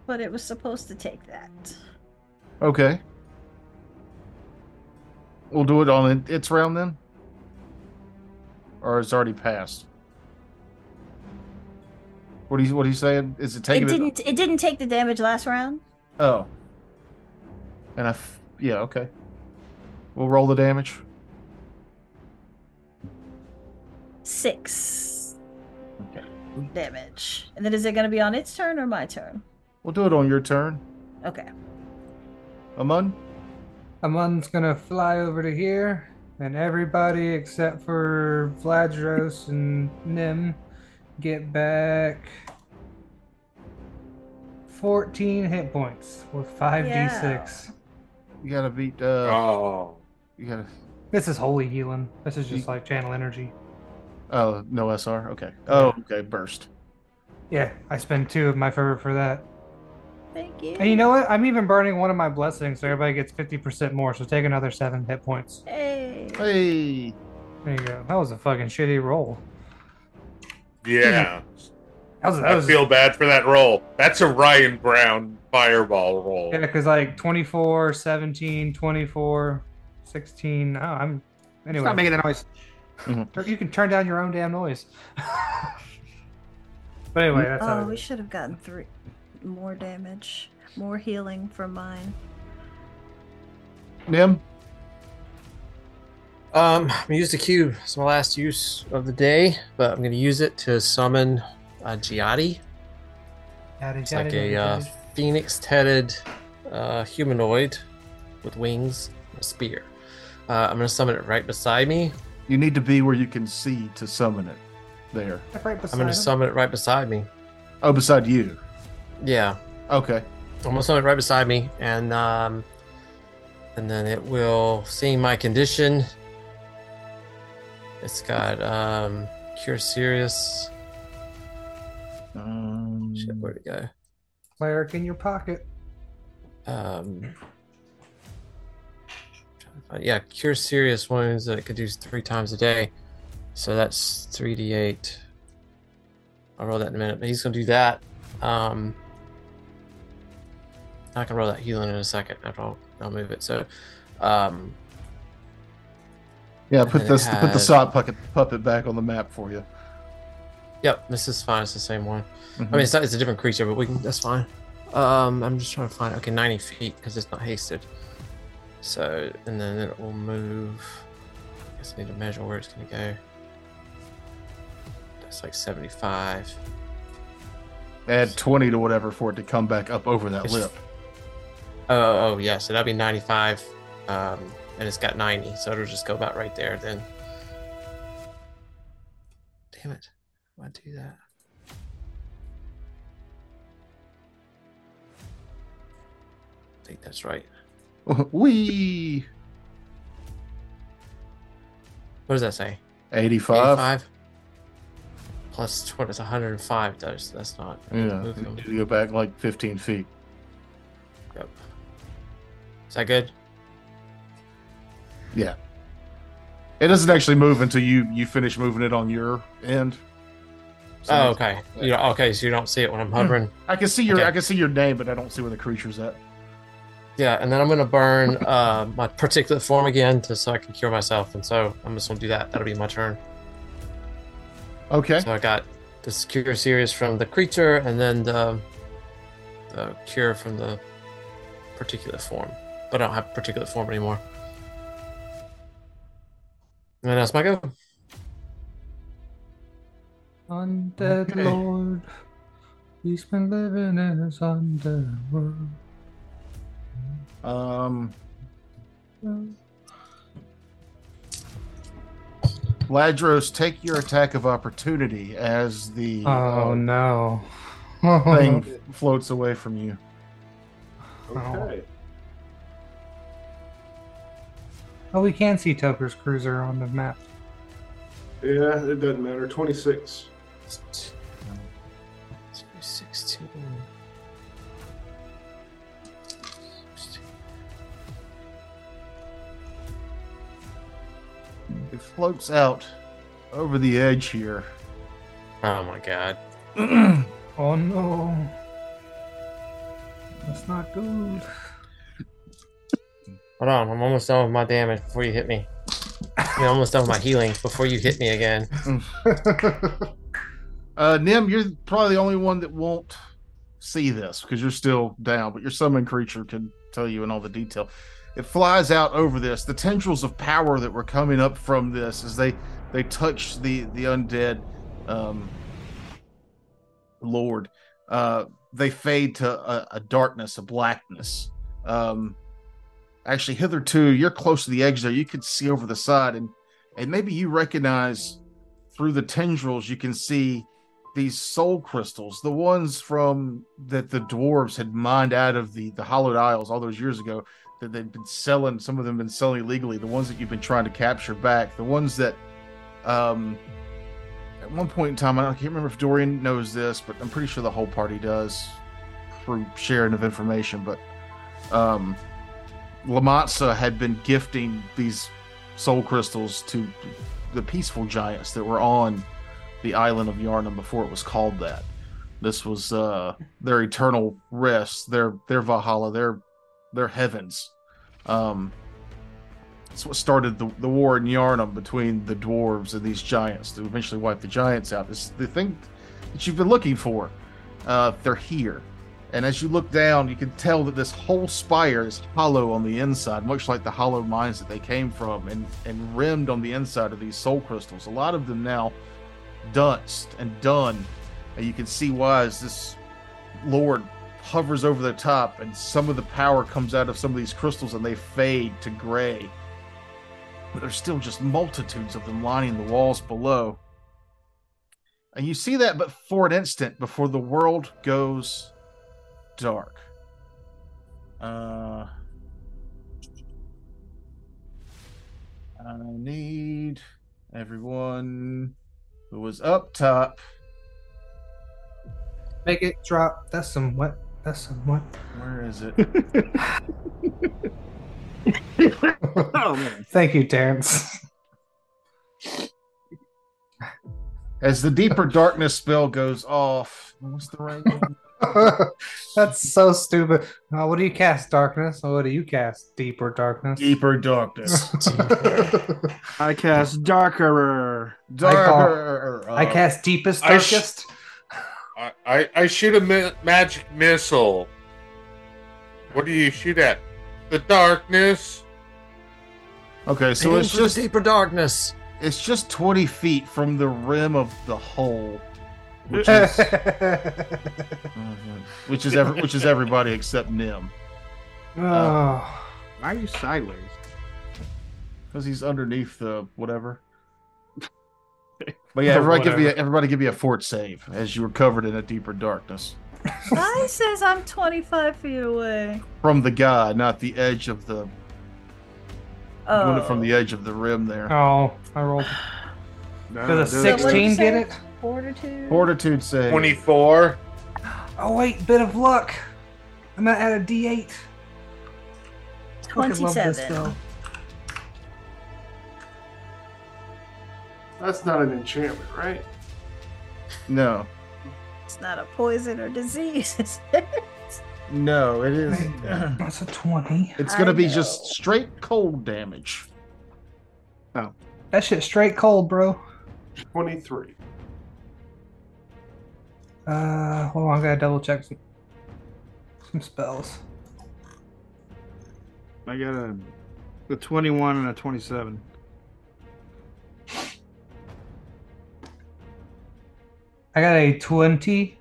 but it was supposed to take that.
Okay. We'll do it on it- its round then? Or it's already passed? What are you, what are you saying? Is it
It
taking it?
didn't. It didn't take the damage last round.
Oh. And I. F- yeah, okay. We'll roll the damage.
Six
Okay.
damage, and then is it going to be on its turn or my turn?
We'll do it on your turn.
Okay.
Amun?
Amun's gonna fly over to here, and everybody except for Vladros and Nim get back 14 hit points with 5d6.
You gotta beat. uh
Oh,
You gotta.
This is holy healing. This is just like channel energy.
Oh, no SR? Okay. Oh, okay. Burst.
Yeah, I spend two of my fervor for that.
Thank you.
And you know what? I'm even burning one of my blessings, so everybody gets 50% more. So take another seven hit points.
Hey.
Hey,
There you go. That was a fucking shitty roll.
Yeah.
That was, that
I
was
feel bad for that roll. That's a Ryan Brown fireball roll.
yeah, because like 24, 17, 24, 16. Oh, I'm anyway.
Stop making that noise.
Tur- You can turn down your own damn noise. but anyway, that's
Oh,
how.
we
It
should have gotten three more damage, more healing from mine.
Nim.
Um, I'm gonna use the cube. It's my last use of the day, but I'm gonna use it to summon a Giati. It's like a uh, phoenix-headed uh, humanoid with wings, and a spear. Uh, I'm gonna summon it right beside me.
You need to be where you can see to summon it. There.
right
I'm
beside
gonna
him.
summon it right beside me.
Oh, beside you.
Yeah,
Okay.
almost on it right beside me, and um, and then it will, seeing my condition, it's got um, cure serious.
Um,
Shit, where'd it go?
cleric in your pocket.
Um, uh, yeah, cure serious wounds that it could do three times a day, so that's three d eight. I'll roll that in a minute, but he's gonna do that. Um, I can roll that healing in a second. After I'll, I'll move it. So, um,
yeah, put
And it
this put the
has-
sock puppet puppet back on the map for you.
Yep, this is fine. It's the same one.
Mhm.
I mean, it's not. It's a different creature, but we can. That's fine. Um, I'm just trying to find. Okay, 90 feet because it's not hasted. So, and then it will move. I guess I need to measure where it's going to go. That's like 75.
Add twenty to whatever for it to come back up over that
It's-
lip.
Oh, oh yeah. So that'll be 95. Um, and it's got 90, so it'll just go about right there. Then. Damn it! Why do that? I think that's right.
Wee.
What does that say?
Eighty-five.
85? Plus 20, it's 105, though, so that's not. I need to
Yeah,
move
you
them.
need to go back like 15 feet.
Yep. Is that good?
It doesn't actually move until you you finish moving it on your end. So
oh,
it's-
okay. You don't, okay, so you don't see it when I'm hovering.
I can see your
okay.
I can see your name, but I don't see where the creature's at.
yeah, and then I'm going to burn uh, my particulate form again to, so I can cure myself. And so I'm just going to do that. That'll be my turn.
Okay.
So I got this cure series from the creature and then the, the cure from the particulate form. But I don't have particulate form anymore. And that's my go.
Undead
Okay.
Lord, he's been living in his undead world.
Um
Hmm.
Ladros, take your attack of opportunity as the
Oh no!
uh, thing floats away from you.
Okay.
Oh, we can see Toker's cruiser on the map.
Yeah, it doesn't matter. 26.
16.
It floats out over the edge here.
Oh my god.
Oh no! That's not good.
Hold on, I'm almost done with my damage before you hit me. I'm almost done with my healing before you hit me again.
Uh, Nim, you're probably the only one that won't see this because you're still down, but your summon creature can tell you in all the detail. It flies out over this. The tendrils of power that were coming up from this as they they touch the the undead um, lord, uh, they fade to a, a darkness, a blackness. Um, actually, hitherto you're close to the edge there. You can see over the side, and and maybe you recognize through the tendrils you can see these soul crystals the ones from that the dwarves had mined out of the the hollowed isles all those years ago that they've been selling some of them been selling illegally the ones that you've been trying to capture back the ones that um at one point in time i don't- I can't remember if dorian knows this but i'm pretty sure the whole party does through sharing of information, but um, Lamatsa had been gifting these soul crystals to the peaceful giants that were on the island of Yarnum before it was called that. This was uh, their eternal rest, their their Valhalla, their their heavens. Um, it's what started the, the war in Yarnum between the dwarves and these giants to eventually wipe the giants out. It's the thing that you've been looking for. Uh, they're here. And as you look down, you can tell that this whole spire is hollow on the inside, much like the hollow mines that they came from, and, and rimmed on the inside of these soul crystals. A lot of them now dunced and done. And you can see why as this lord hovers over the top, and some of the power comes out of some of these crystals and they fade to gray. But there's still just multitudes of them lining the walls below. And you see that, but for an instant, before the world goes dark. Uh, I need everyone who was up top.
Make it drop. That's some what? That's some what?
Where is it?
Oh man.
Thank you, Terrence.
As the deeper darkness spell goes off, what's the right one?
That's so stupid. Uh, what do you cast? Darkness? Or what do you cast? Deeper darkness?
Deeper darkness.
I cast darkerer.
Darker.
I cast deepest
I sh-
darkest.
I, I, I shoot a mi- magic missile. What do you shoot at? The darkness.
Okay, so
Aim
it's
for the
just
deeper darkness.
it's just twenty feet from the rim of the hole, which is
oh,
which is every, which is everybody except Nim,
Oh.
Why are you sideways?
because he's underneath the whatever. But yeah, everybody give me a, everybody give me a fort save as you were covered in a deeper darkness
I says I'm 25 feet away.
from the guy, not the edge of the
Oh,
doing it from the edge of the rim there.
oh, I rolled.
No,
Does a
no,
So what did you
16
say?
get it?
Fortitude.
Fortitude save.
24.
Oh wait, bit of luck. I'm gonna add a D8. Fucking love this
27.
spell.
That's not an enchantment, right?
No,
It's not a poison or disease. is it?
no, it is.
That's a 20.
It's gonna
I
be
know.
just straight cold damage.
That shit straight cold, bro.
23.
Uh, hold on, I gotta double check some, some spells.
I got a, a 21 and a 27.
I got a 20.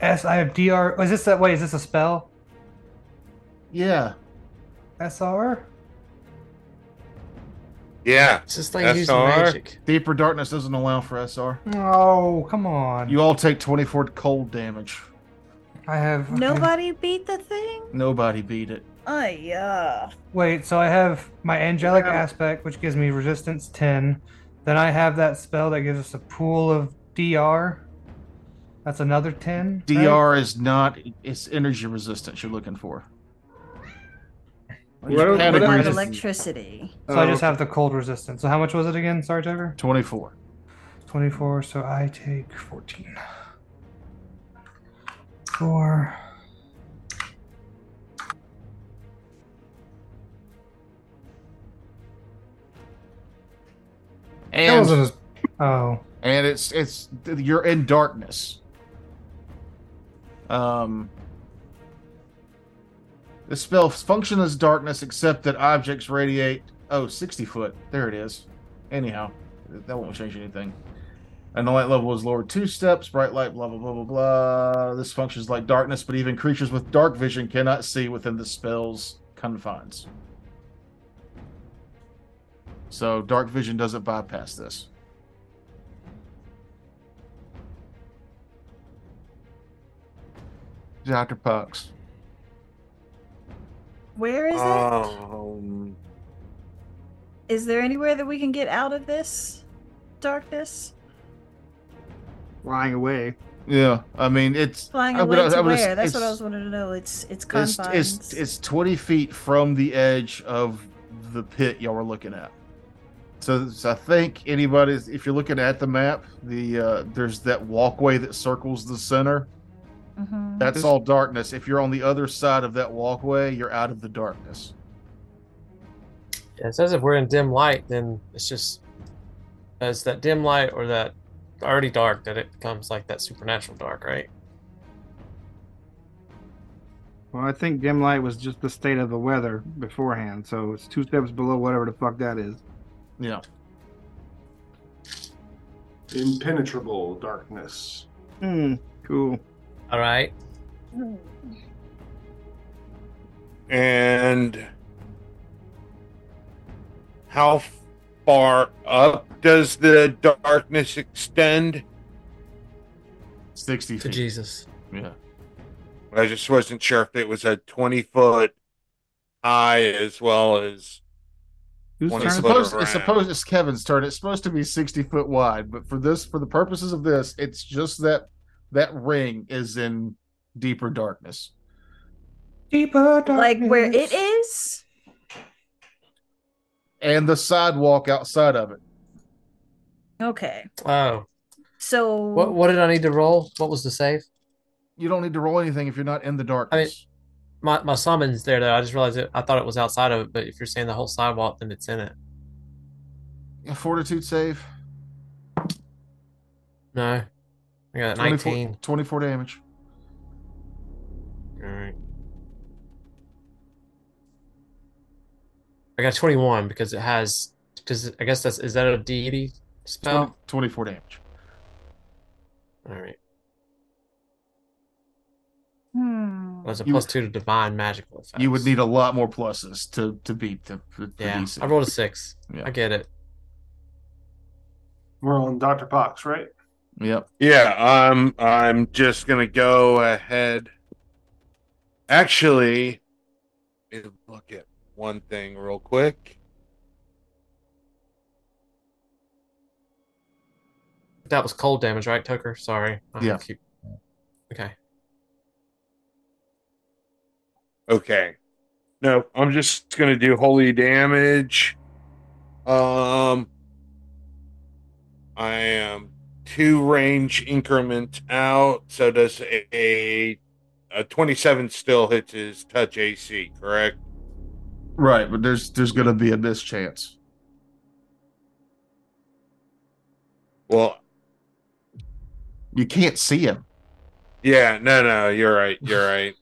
S I have DR. Oh, is this that? Wait, is this a spell?
Yeah.
SR?
Yeah.
It's this thing using
SR.
magic.
Deeper darkness doesn't allow for SR.
Oh, come on.
You all take 24 cold damage.
I have. okay.
Nobody beat the thing.
Nobody beat it.
Oh yeah.
Wait, so I have my angelic
Yeah.
aspect, which gives me resistance 10. Then I have that spell that gives us a pool of DR. That's another 10. right?
DR is not it's energy resistance you're looking for.
What- what
What
Category
about
Agreed.
is
electricity?
So I just have the cold resistance. So how much was it again? Sorry, Trevor?
24.
24, so I take 14. 4. That
And,
wasn't as- Oh.
and it's it's you're in darkness. Um the spell function as darkness except that objects radiate oh 60 foot. There it is. Anyhow, that won't change anything. And the light level is lowered two steps. Bright light, blah blah blah blah blah. This functions like darkness, but even creatures with dark vision cannot see within the spell's confines. So dark vision doesn't bypass this. Doctor Pucks.
Where is
Uh,
it?
Um,
Is there anywhere that we can get out of this darkness?
Flying away.
Yeah, I mean it's
Flying
I would-
away
I
to
would-
where? That's what I
it's-
was wanting to know. It's it's
It's,
confines.
it's it's twenty feet from the edge of the pit y'all were looking at. So, so I think anybody's if you're looking at the map, the uh, there's that walkway that circles the center.
Mhm.
That's all darkness. If you're on the other side of that walkway, you're out of the darkness.
Yeah, it says if we're in dim light, then it's just uh, it's that dim light or that already dark that it becomes like that supernatural dark, right?
Well, I think dim light was just the state of the weather beforehand, so it's two steps below whatever the fuck that is.
Yeah.
Impenetrable darkness.
Hmm. Cool.
All right.
Mm.
And how far up does the darkness extend?
Sixty
To
feet.
Jesus.
Yeah.
I just wasn't sure if it was a 20 foot high as well as.
Who's
One
turn?
It's
is-
is-
Flip
supposed.
around.
It's supposed. It's Kevin's turn. It's supposed to be sixty foot wide, but for this, for the purposes of this, it's just that that ring is in deeper darkness.
Deeper
Like where
darkness.
it is?
and the sidewalk outside of it.
Okay.
Oh,
So
what what did I need to roll? What was the save?
You don't need to roll anything if you're not in the darkness.
My my summons there though. I just realized it. I thought it was outside of it, but if you're saying the whole sidewalk, then it's in it.
A Fortitude save.
No, I got
24
nineteen.
24 damage.
All right. I got twenty one because it has because I guess that's is that a deity
20
spell?
24 damage.
All right.
hmm.
Well, it's a
You-
plus two to divine magical effects.
You would need a lot more pluses to to beat the, the, the
Yeah,
DC.
I rolled a six.
Yeah.
I get it.
We're on Dr. Pox, right?
Yep.
Yeah, I'm I'm just gonna go ahead. Actually, let me look at one thing real quick.
That was cold damage, right, Tucker? Sorry. I
Yeah.
keep- Okay.
Okay. No, I'm just gonna do holy damage. Um I am two range increment out, so does a a, a twenty seven still hits his touch AC, correct?
Right, but there's there's gonna be a miss chance.
Well
You can't see him.
yeah, no no, you're right, you're right.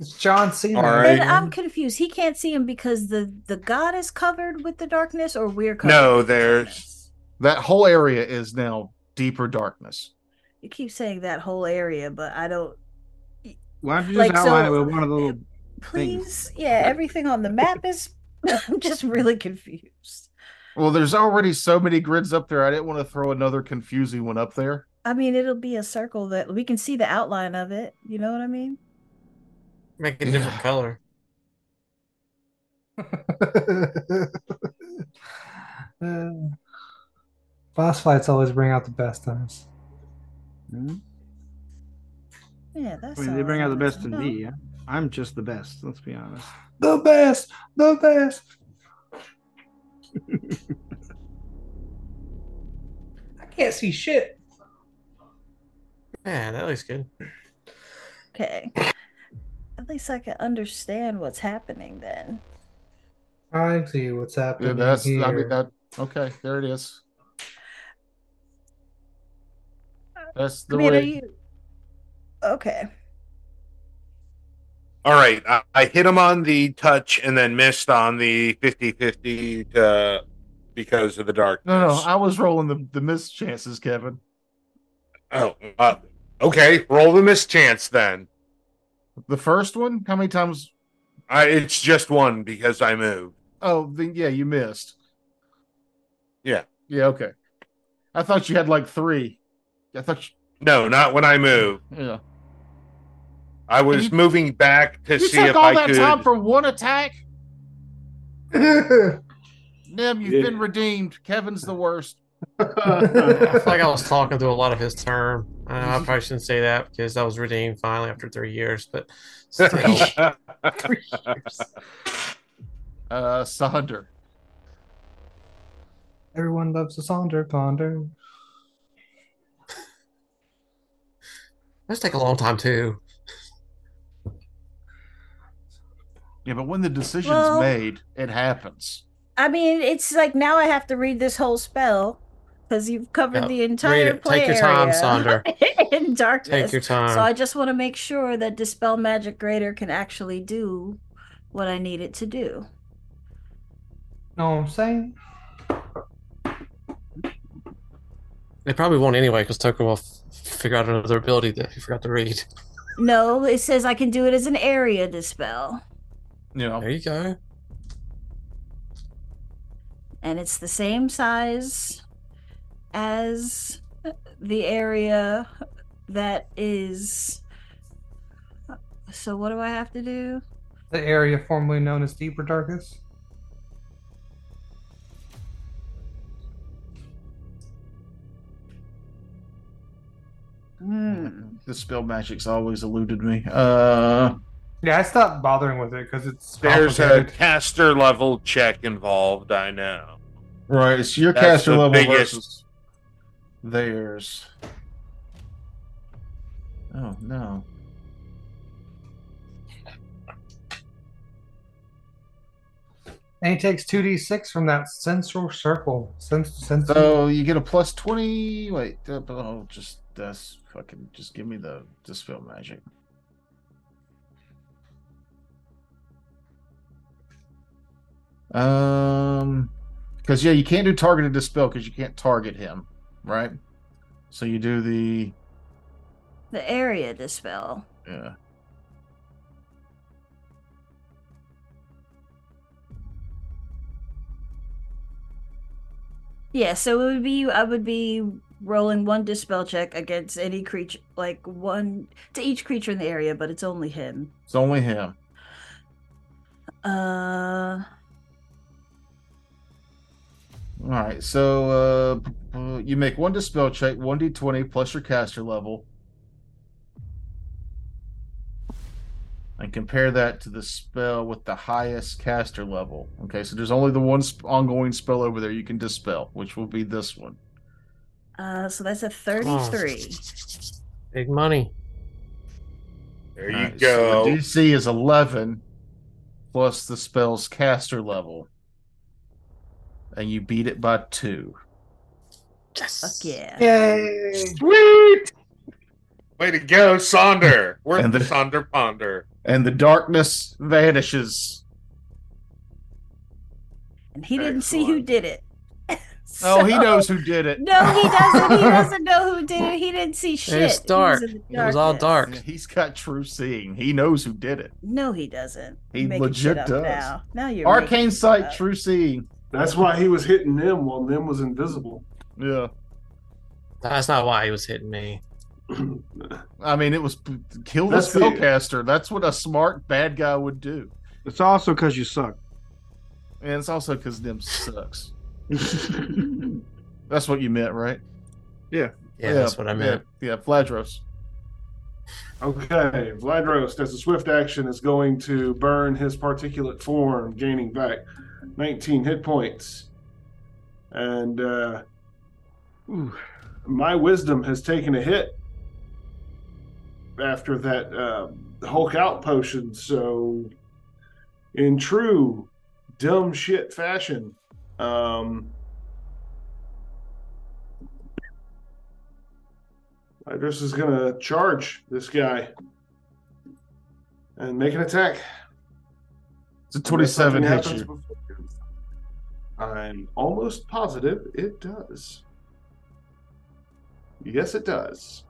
It's John Cena.
All
But
right.
I'm confused. He can't see him because the the god is covered with the darkness, or we're covered.
No,
with the
there's-
darkness?
That whole area is now deeper darkness.
You keep saying that whole area, but I don't.
Why don't you just
Like,
outline
so-
it with one of the little?
Please, yeah, everything on the map is. I'm just really confused.
Well, there's already so many grids up there. I didn't want to throw another confusing one up there.
I mean, it'll be a circle that we can see the outline of it. You know what I mean?
Make it a different color.
Uh, boss fights always bring out the best times.
Hmm?
Yeah, that's.
I mean, they bring out the best in me. yeah? I'm just the best. Let's be honest.
The best, the best. I can't see shit.
Man, that looks good.
Okay. At least I can understand what's happening then.
I see what's happening.
Yeah, that's
here.
I mean that okay, there it is. That's the
I mean, are
way
you? Okay.
All right, I, I hit him on the touch and then missed on the 50-50 to, because of the darkness.
No, no, I was rolling the the missed chances, Kevin.
oh, uh, okay. Roll the mischance then.
The first one, how many times?
I, it's just one because I moved.
Oh, then yeah, you missed.
Yeah.
Yeah, okay. I thought you had like three. I thought
No, not when I moved.
you, yeah.
I was
You-
moving back to
You
see
took
if
all
I
that
could.
time for one attack.
Wait,
Nim, you've
Yeah.
been redeemed. Kevin's the worst.
I feel like I was talking through a lot of his term. I, know I probably shouldn't say that because I was redeemed finally after three years, but still.
Three years.
Uh, Sonder.
Everyone loves a Sonder Ponder.
Those take a long time too.
Yeah, but when the decision's
Well-
made, it happens.
I mean, it's like now I have to read this whole spell because you've covered
Yeah,
the entire
it.
play
Take your time,
area in
Take
darkness.
your
So I
time.
just want to make sure that Dispel Magic Grader can actually do what I need it to do.
Know what I'm saying?
They probably won't anyway because Toker will f- figure out another ability that he forgot to read.
No, it says I can do it as an area dispel,
You know,
There you go.
and it's the same size as the area that is. So what do I have to do?
The area formerly known as Deeper Darkness.
Hmm.
the spell magic's always eluded me. Uh,
Yeah, I stopped bothering with it because it's
There's a
complicated.
caster level check involved. I know.
right, it's your
That's
caster
the
level
biggest-
versus theirs. Oh no.
and he takes two d six from that sensor circle. Sens- sensor.
So you get a plus twenty. Wait, uh, oh, just that's fucking. Just give me the dispel magic. Um, because yeah, you can't do targeted dispel because you can't target him, right? So you do the
The area dispel.
yeah.
Yeah, so it would be I would be rolling one dispel check against any creature like one to each creature in the area, but it's only him.
It's only him.
Uh
All right, so uh, uh, you make one dispel check, one d20 plus your caster level, and compare that to the spell with the highest caster level. Okay, so there's only the one sp- ongoing spell over there you can dispel, which will be this one.
uh so that's a
Come on.
33.
Big money.
There
All
you
right, so the
go.
DC is 11 plus the spell's caster level, and you beat it by two.
Yes.
Fuck yeah.
Yay!
Sweet. Way to go, Sonder. We're
And
the
the-
Sonder Ponder.
And the darkness vanishes.
And he didn't see who
Excellent.
did it.
Oh, he
So-
knows who did it.
No, he doesn't. He doesn't know who did it. He didn't see shit. He was
dark.
in the
It was all
darkness.
dark.
Yeah, He's got true seeing. He knows who did it.
No, he doesn't.
He
You're making shit
legit
up
does.
Now, now you're making
Arcane
shit
sight,
up.
true seeing.
That's why he was hitting them while them was invisible.
Yeah.
That's not why he was hitting me.
I mean, it was p- kill the
That's the-
spellcaster. That's what a smart bad guy would do.
It's also because you suck.
And it's also because them sucks. That's what you meant, right?
Yeah, that's what I meant.
Yeah, yeah Fladros.
Okay, Vladros, as a swift action, is going to burn his particulate form, gaining back 19 hit points. And uh, ooh, my wisdom has taken a hit after that uh, Hulk out potion. So, in true dumb shit fashion, um, Idris is going to charge this guy and make an attack.
It's a 27
Unless
hits
something happens
you.
before- I'm almost positive it does. Yes, it does.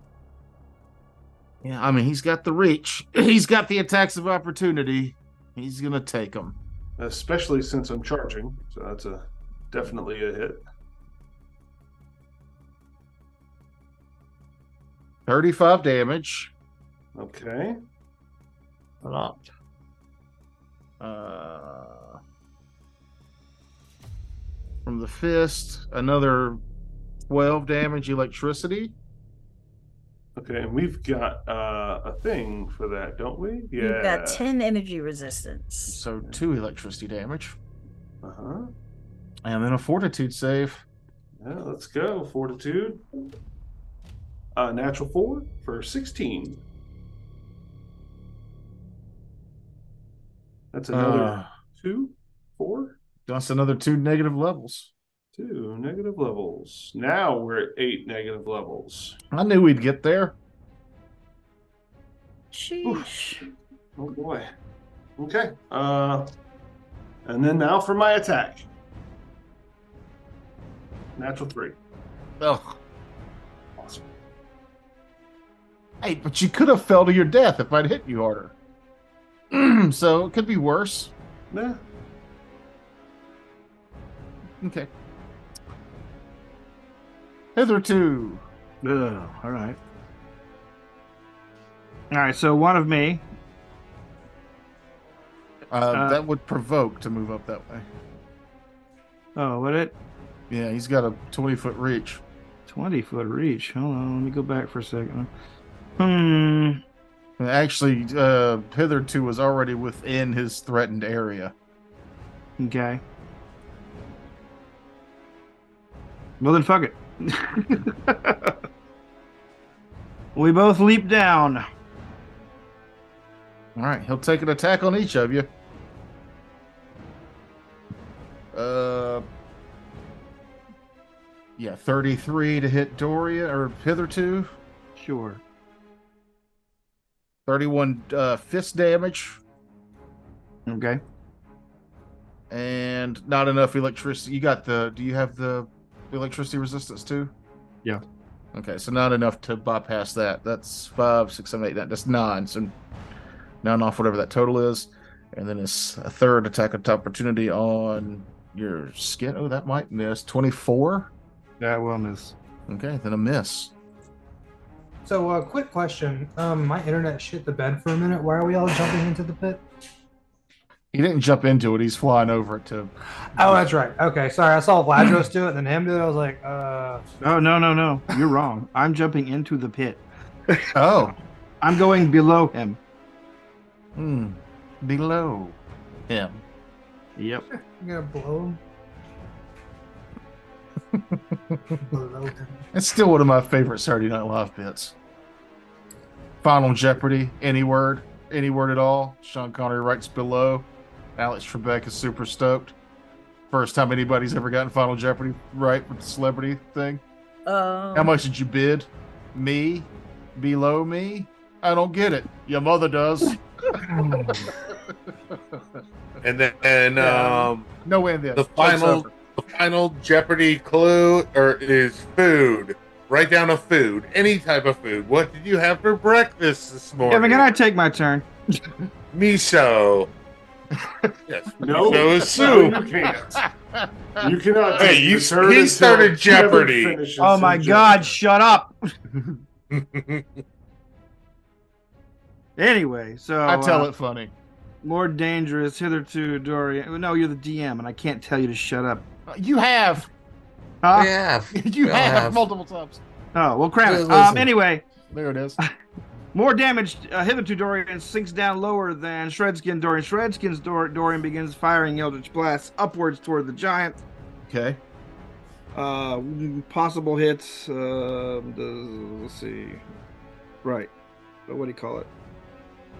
Yeah, I mean, he's got the reach. He's got the attacks of opportunity. He's going to take them.
Especially since I'm charging, so that's a definitely a hit.
35 damage.
Okay.
Hold on.
Uh, from the fist, another 12 damage electricity.
Okay, and we've got uh, a thing for that, don't we? Yeah.
You've got 10 energy resistance.
So two electricity damage.
Uh huh.
And then a fortitude save.
Yeah, let's go. Fortitude. Uh, natural four for 16. That's another
Uh,
two, four,
that's another two negative levels.
two negative levels. Now we're at eight negative levels.
I knew we'd get there.
Sheesh.
Oh boy. Okay. Uh, and then now for my attack. Natural three.
Oh,
Awesome.
hey, but you could have fell to your death if I'd hit you harder. so it could be worse.
Nah.
Okay. Hitherto.
Ugh, all right. All right, so one of me.
Uh,
Uh,
that would provoke to move up that way.
Oh, what it?
Yeah, he's got a 20 foot reach.
20 foot reach. Hold on, let me go back for a second. Hmm.
Actually, uh, hitherto was already within his threatened area.
Okay. Well, then fuck it. we both leap down.
All right, he'll take an attack on each of you. Uh, yeah, thirty-three to hit Doria or hitherto,
Sure.
thirty-one uh, fist damage,
Okay.
and not enough electricity. You got the? Do you have the electricity resistance too?
Yeah.
Okay, so not enough to bypass that. That's five, six, seven, eight, nine. That's nine. So nine off whatever that total is, and then it's a third attack of opportunity on your skin. Oh, that might miss. Twenty-four.
That will miss.
Okay, then a miss.
So, uh, quick question. Um, my internet shit the bed for a minute. Why are we all jumping into the pit?
He didn't jump into it. He's flying over it to.
Oh, that's right. Okay, sorry. I saw Vladros do it, and then him do it. I was like, uh,
Oh, no, no, no. You're wrong. I'm jumping into the pit.
Oh,
I'm going below him.
hmm, below him.
Yep.
I'm gonna blow him. blow him.
It's still one of my favorite Saturday Night Live bits. Final Jeopardy, any word, any word at all. Sean Connery writes below. Alex Trebek is super stoked. First time anybody's ever gotten Final Jeopardy right with the celebrity thing.
Um,
How much did you bid? Me? Below me? I don't get it. Your mother does.
And then and,
Yeah.
um,
no way in there.
The
Joke's
final-
over.
the final Jeopardy clue or is food. Write down a food, any type of food. What did you have for breakfast this morning?
Kevin, can I take my turn?
miso? yes,
No.
miso is
No,
soup.
you can't. You cannot.
Hey,
take
you-
the turn
he
until
started
whoever
Jeopardy.
finishes
Oh
in
my
Jeopardy.
God, shut up. Anyway, so.
I tell
uh,
it funny.
More dangerous hitherto, Dorian. No, you're the DM, and I can't tell you to shut up.
You have.
Huh?
yeah.
You
Well, I
have,
have.
multiple times.
Oh, well, crap.
Uh,
it. Um,
listen.
anyway,
There it is.
more damage uh, hitherto, Dorian sinks down lower than Shredskin Dorian. Shredskin's Dor- Dorian begins firing Eldritch Blasts upwards toward the giant.
Okay.
Uh, possible hits. Uh, the, let's see. Right. Uh, What do you call it?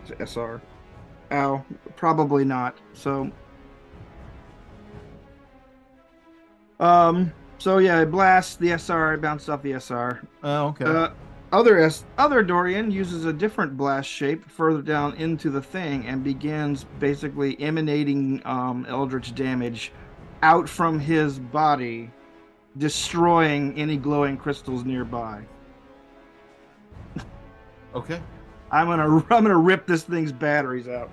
It's a SR. Ow. Probably not. So. Um. So yeah, it blasts the SR. It bounced off the SR.
Oh, okay.
Uh, other S- other Dorian uses a different blast shape further down into the thing and begins basically emanating um, eldritch damage out from his body, destroying any glowing crystals nearby.
okay.
I'm gonna I'm gonna rip this thing's batteries out.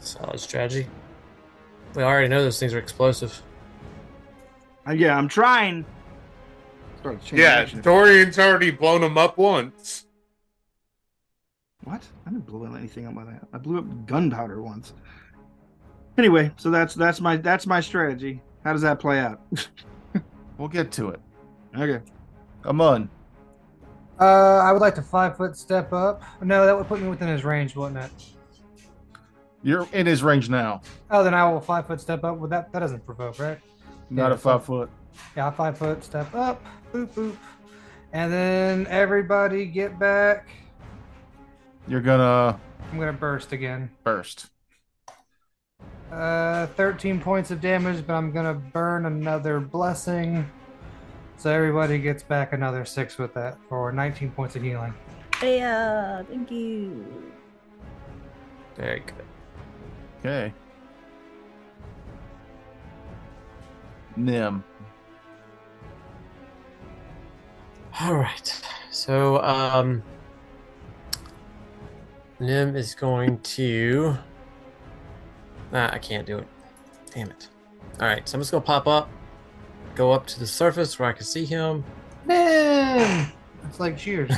Solid strategy. We already know those things are explosive.
Uh, yeah, I'm trying. Start changing
yeah,
action.
Dorian's already blown him up once.
What? I didn't blow anything up with that. I blew up gunpowder once. Anyway, so that's that's my that's my strategy. How does that play out?
We'll get to it.
Okay.
Amon.
Uh, I would like to five foot step up. No, that would put me within his range, wouldn't it?
You're in his range now.
Oh, then I will five foot step up. Well, that that doesn't provoke, right?
Not
Yeah,
a five foot.
Yeah, I five foot step up. Boop boop. And then everybody get back.
You're gonna
I'm gonna burst again.
burst.
Uh, 13 points of damage, but I'm gonna burn another blessing. So everybody gets back another six with that for 19 points of healing.
Yeah, uh, thank you.
Very good.
Okay. Nim.
All right. So, um, Nim is going to. Ah, I can't do it. Damn it. All right. So I'm just going to pop up, go up to the surface where I can see him.
Man, it's like cheers.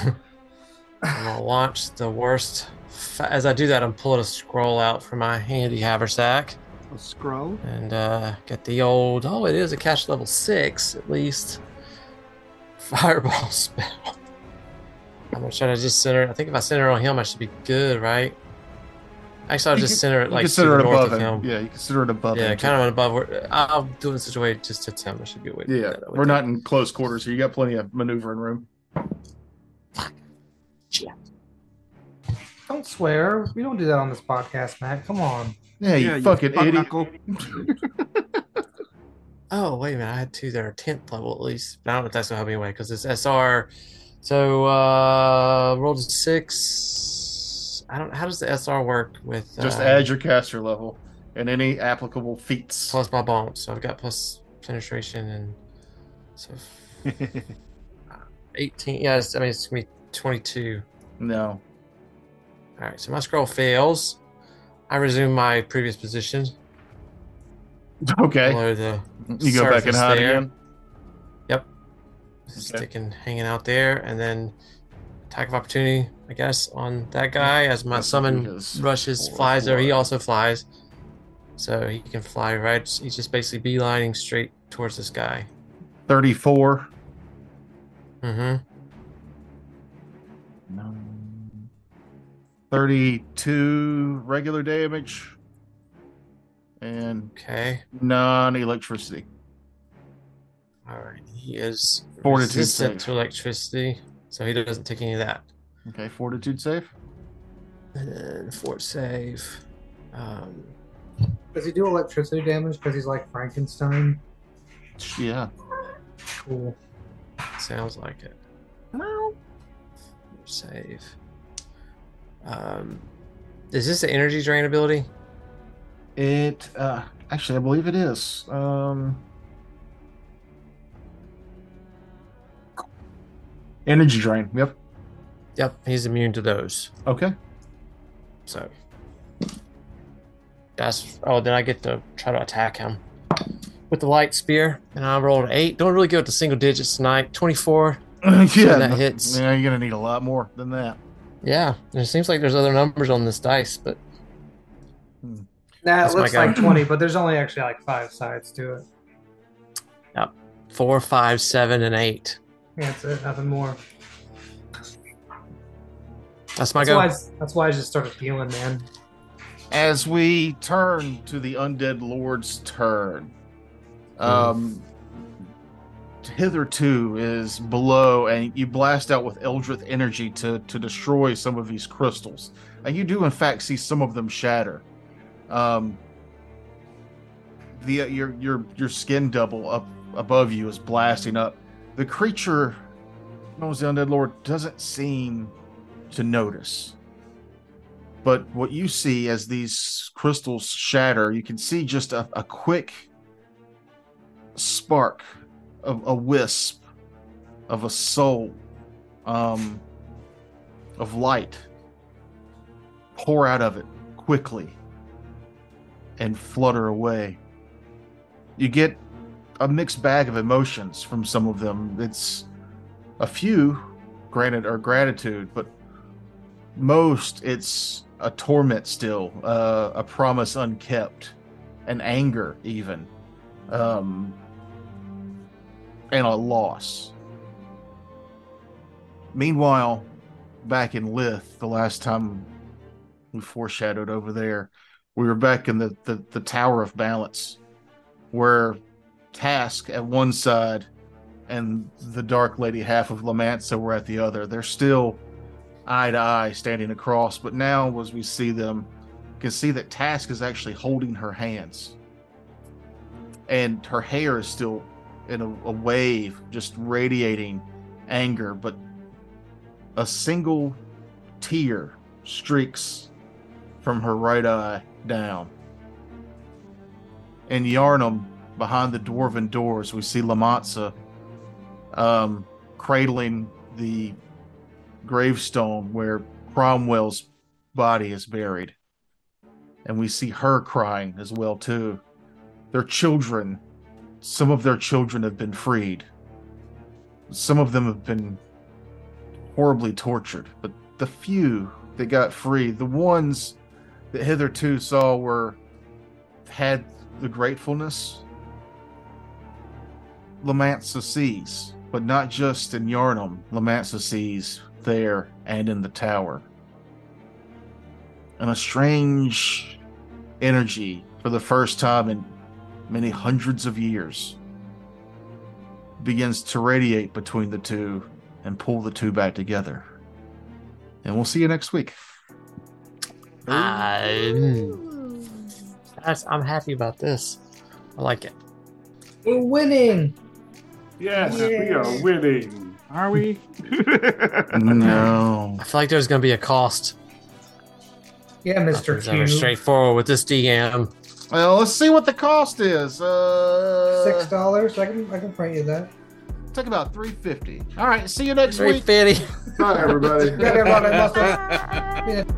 I'm going to launch the worst. Fa- As I do that, I'm pulling a scroll out from my handy haversack
A scroll.
and uh, get the old. Oh, it is a catch level six, at least. Fireball spell. I'm gonna try to just center. I think if I center on him, I should be good, right? Actually, I'll
You
just
can-
center it
You
like to
consider
the
it
north
above
of
him.
him.
Yeah, you consider it above
Yeah,
him.
kind of above. Where, I- I'll do it in such a way it just hits him. I should be away.
Yeah, we're not in close quarters here. You got plenty of maneuvering room.
don't swear. We don't do that on this podcast, Matt. Come on.
Yeah, you fucking
fuck
idiot.
knuckle.
Oh wait a minute, I had two that are tenth level at least. But I don't know if that's gonna help me anyway because it's SR. So uh rolled a six. I don't. How does the SR work with
Just
uh,
add your caster level and any applicable feats.
plus my bone, so I've got plus penetration and so f- eighteen. Yeah, it's, I mean it's gonna be twenty-two.
no.
All right, so my scroll fails. I resume my previous position
Okay.
below the
You go back and
surface
hide
there.
again.
sticking, hanging out there, and then attack of opportunity, I guess, on that guy as my
That's
summon
what it is.
rushes,
Four,
flies there. He
four.
also flies, so he can fly right. He's just basically beelining straight towards this guy.
34.
Mm-hmm.
No. 32 regular damage and
Okay.
non electricity.
All right, he is
Fortitude
resistant
save.
to electricity, so he doesn't take any of that.
Okay, fortitude save.
And then fort save. Um,
Does he do electricity damage because he's like Frankenstein?
Yeah.
Cool.
sounds like it. Fort Save. Um, is this the energy drain ability?
It uh actually I believe it is. Um Energy drain. Yep.
Yep, he's immune to those.
Okay.
So that's oh, then I get to try to attack him with the light spear, and I rolled an eight. Doing really good with the single digits tonight. Twenty-four.
yeah,
that
no-
hits.
Yeah, you're gonna need a lot more than that.
Yeah, it seems like there's other numbers on this dice, but
Nah, it
That's my
looks
guy.
like 20, but there's only actually like five sides to it.
four, five, seven, and eight.
Yeah, that's it. Nothing more.
That's my
that's, why
go.
I, that's why I just started healing, man.
As we turn to the undead lord's turn, um, hitherto is below, and you blast out with Eldrith energy to to destroy some of these crystals, and you do in fact see some of them shatter. Um, the uh, your your your skin double up above you is blasting up. The creature, known as the undead lord, doesn't seem to notice. But what you see as these crystals shatter, you can see just a, a quick spark, a, a wisp of a soul um, of light pour out of it quickly and flutter away. You get a mixed bag of emotions from some of them. It's a few, granted, are gratitude, but most it's a torment still uh, a promise unkept an anger even um, and a loss. Meanwhile, back in Lith, the last time we foreshadowed over there, we were back in the, the, the Tower of Balance, where Task at one side and the Dark Lady half of Lamanza were at the other. They're still eye to eye standing across, but now as we see them, you can see that Task is actually holding her hands. And her hair is still in a, a wave, just radiating anger, but a single tear streaks from her right eye down. In Yarnum, behind the dwarven doors, we see Lamatza um, cradling the gravestone where Cromwell's body is buried. And we see her crying as well too. Their children, some of their children have been freed. Some of them have been horribly tortured, but the few that got free, the ones that hitherto saw were had the gratefulness, Lamanza sees, but not just in Yarnum. Lamanza sees there and in the tower. And a strange energy for the first time in many hundreds of years begins to radiate between the two and pull the two back together. And we'll see you next week.
I'm,
Ooh.
guys, mm, I'm happy about this. I like it.
We're winning.
Yes, we
Yes.
are winning.
Are we?
No.
I feel like there's going to be a cost.
Yeah, Mr.
Nothing's ever
Q.
straightforward with this DM.
Well, let's see what the cost is. Uh,
Six dollars. I can I can print you that.
Took about three fifty. All right. See you next
Very
week.
fitting.
Bye, everybody.
Got everyone, I must have-
Bye.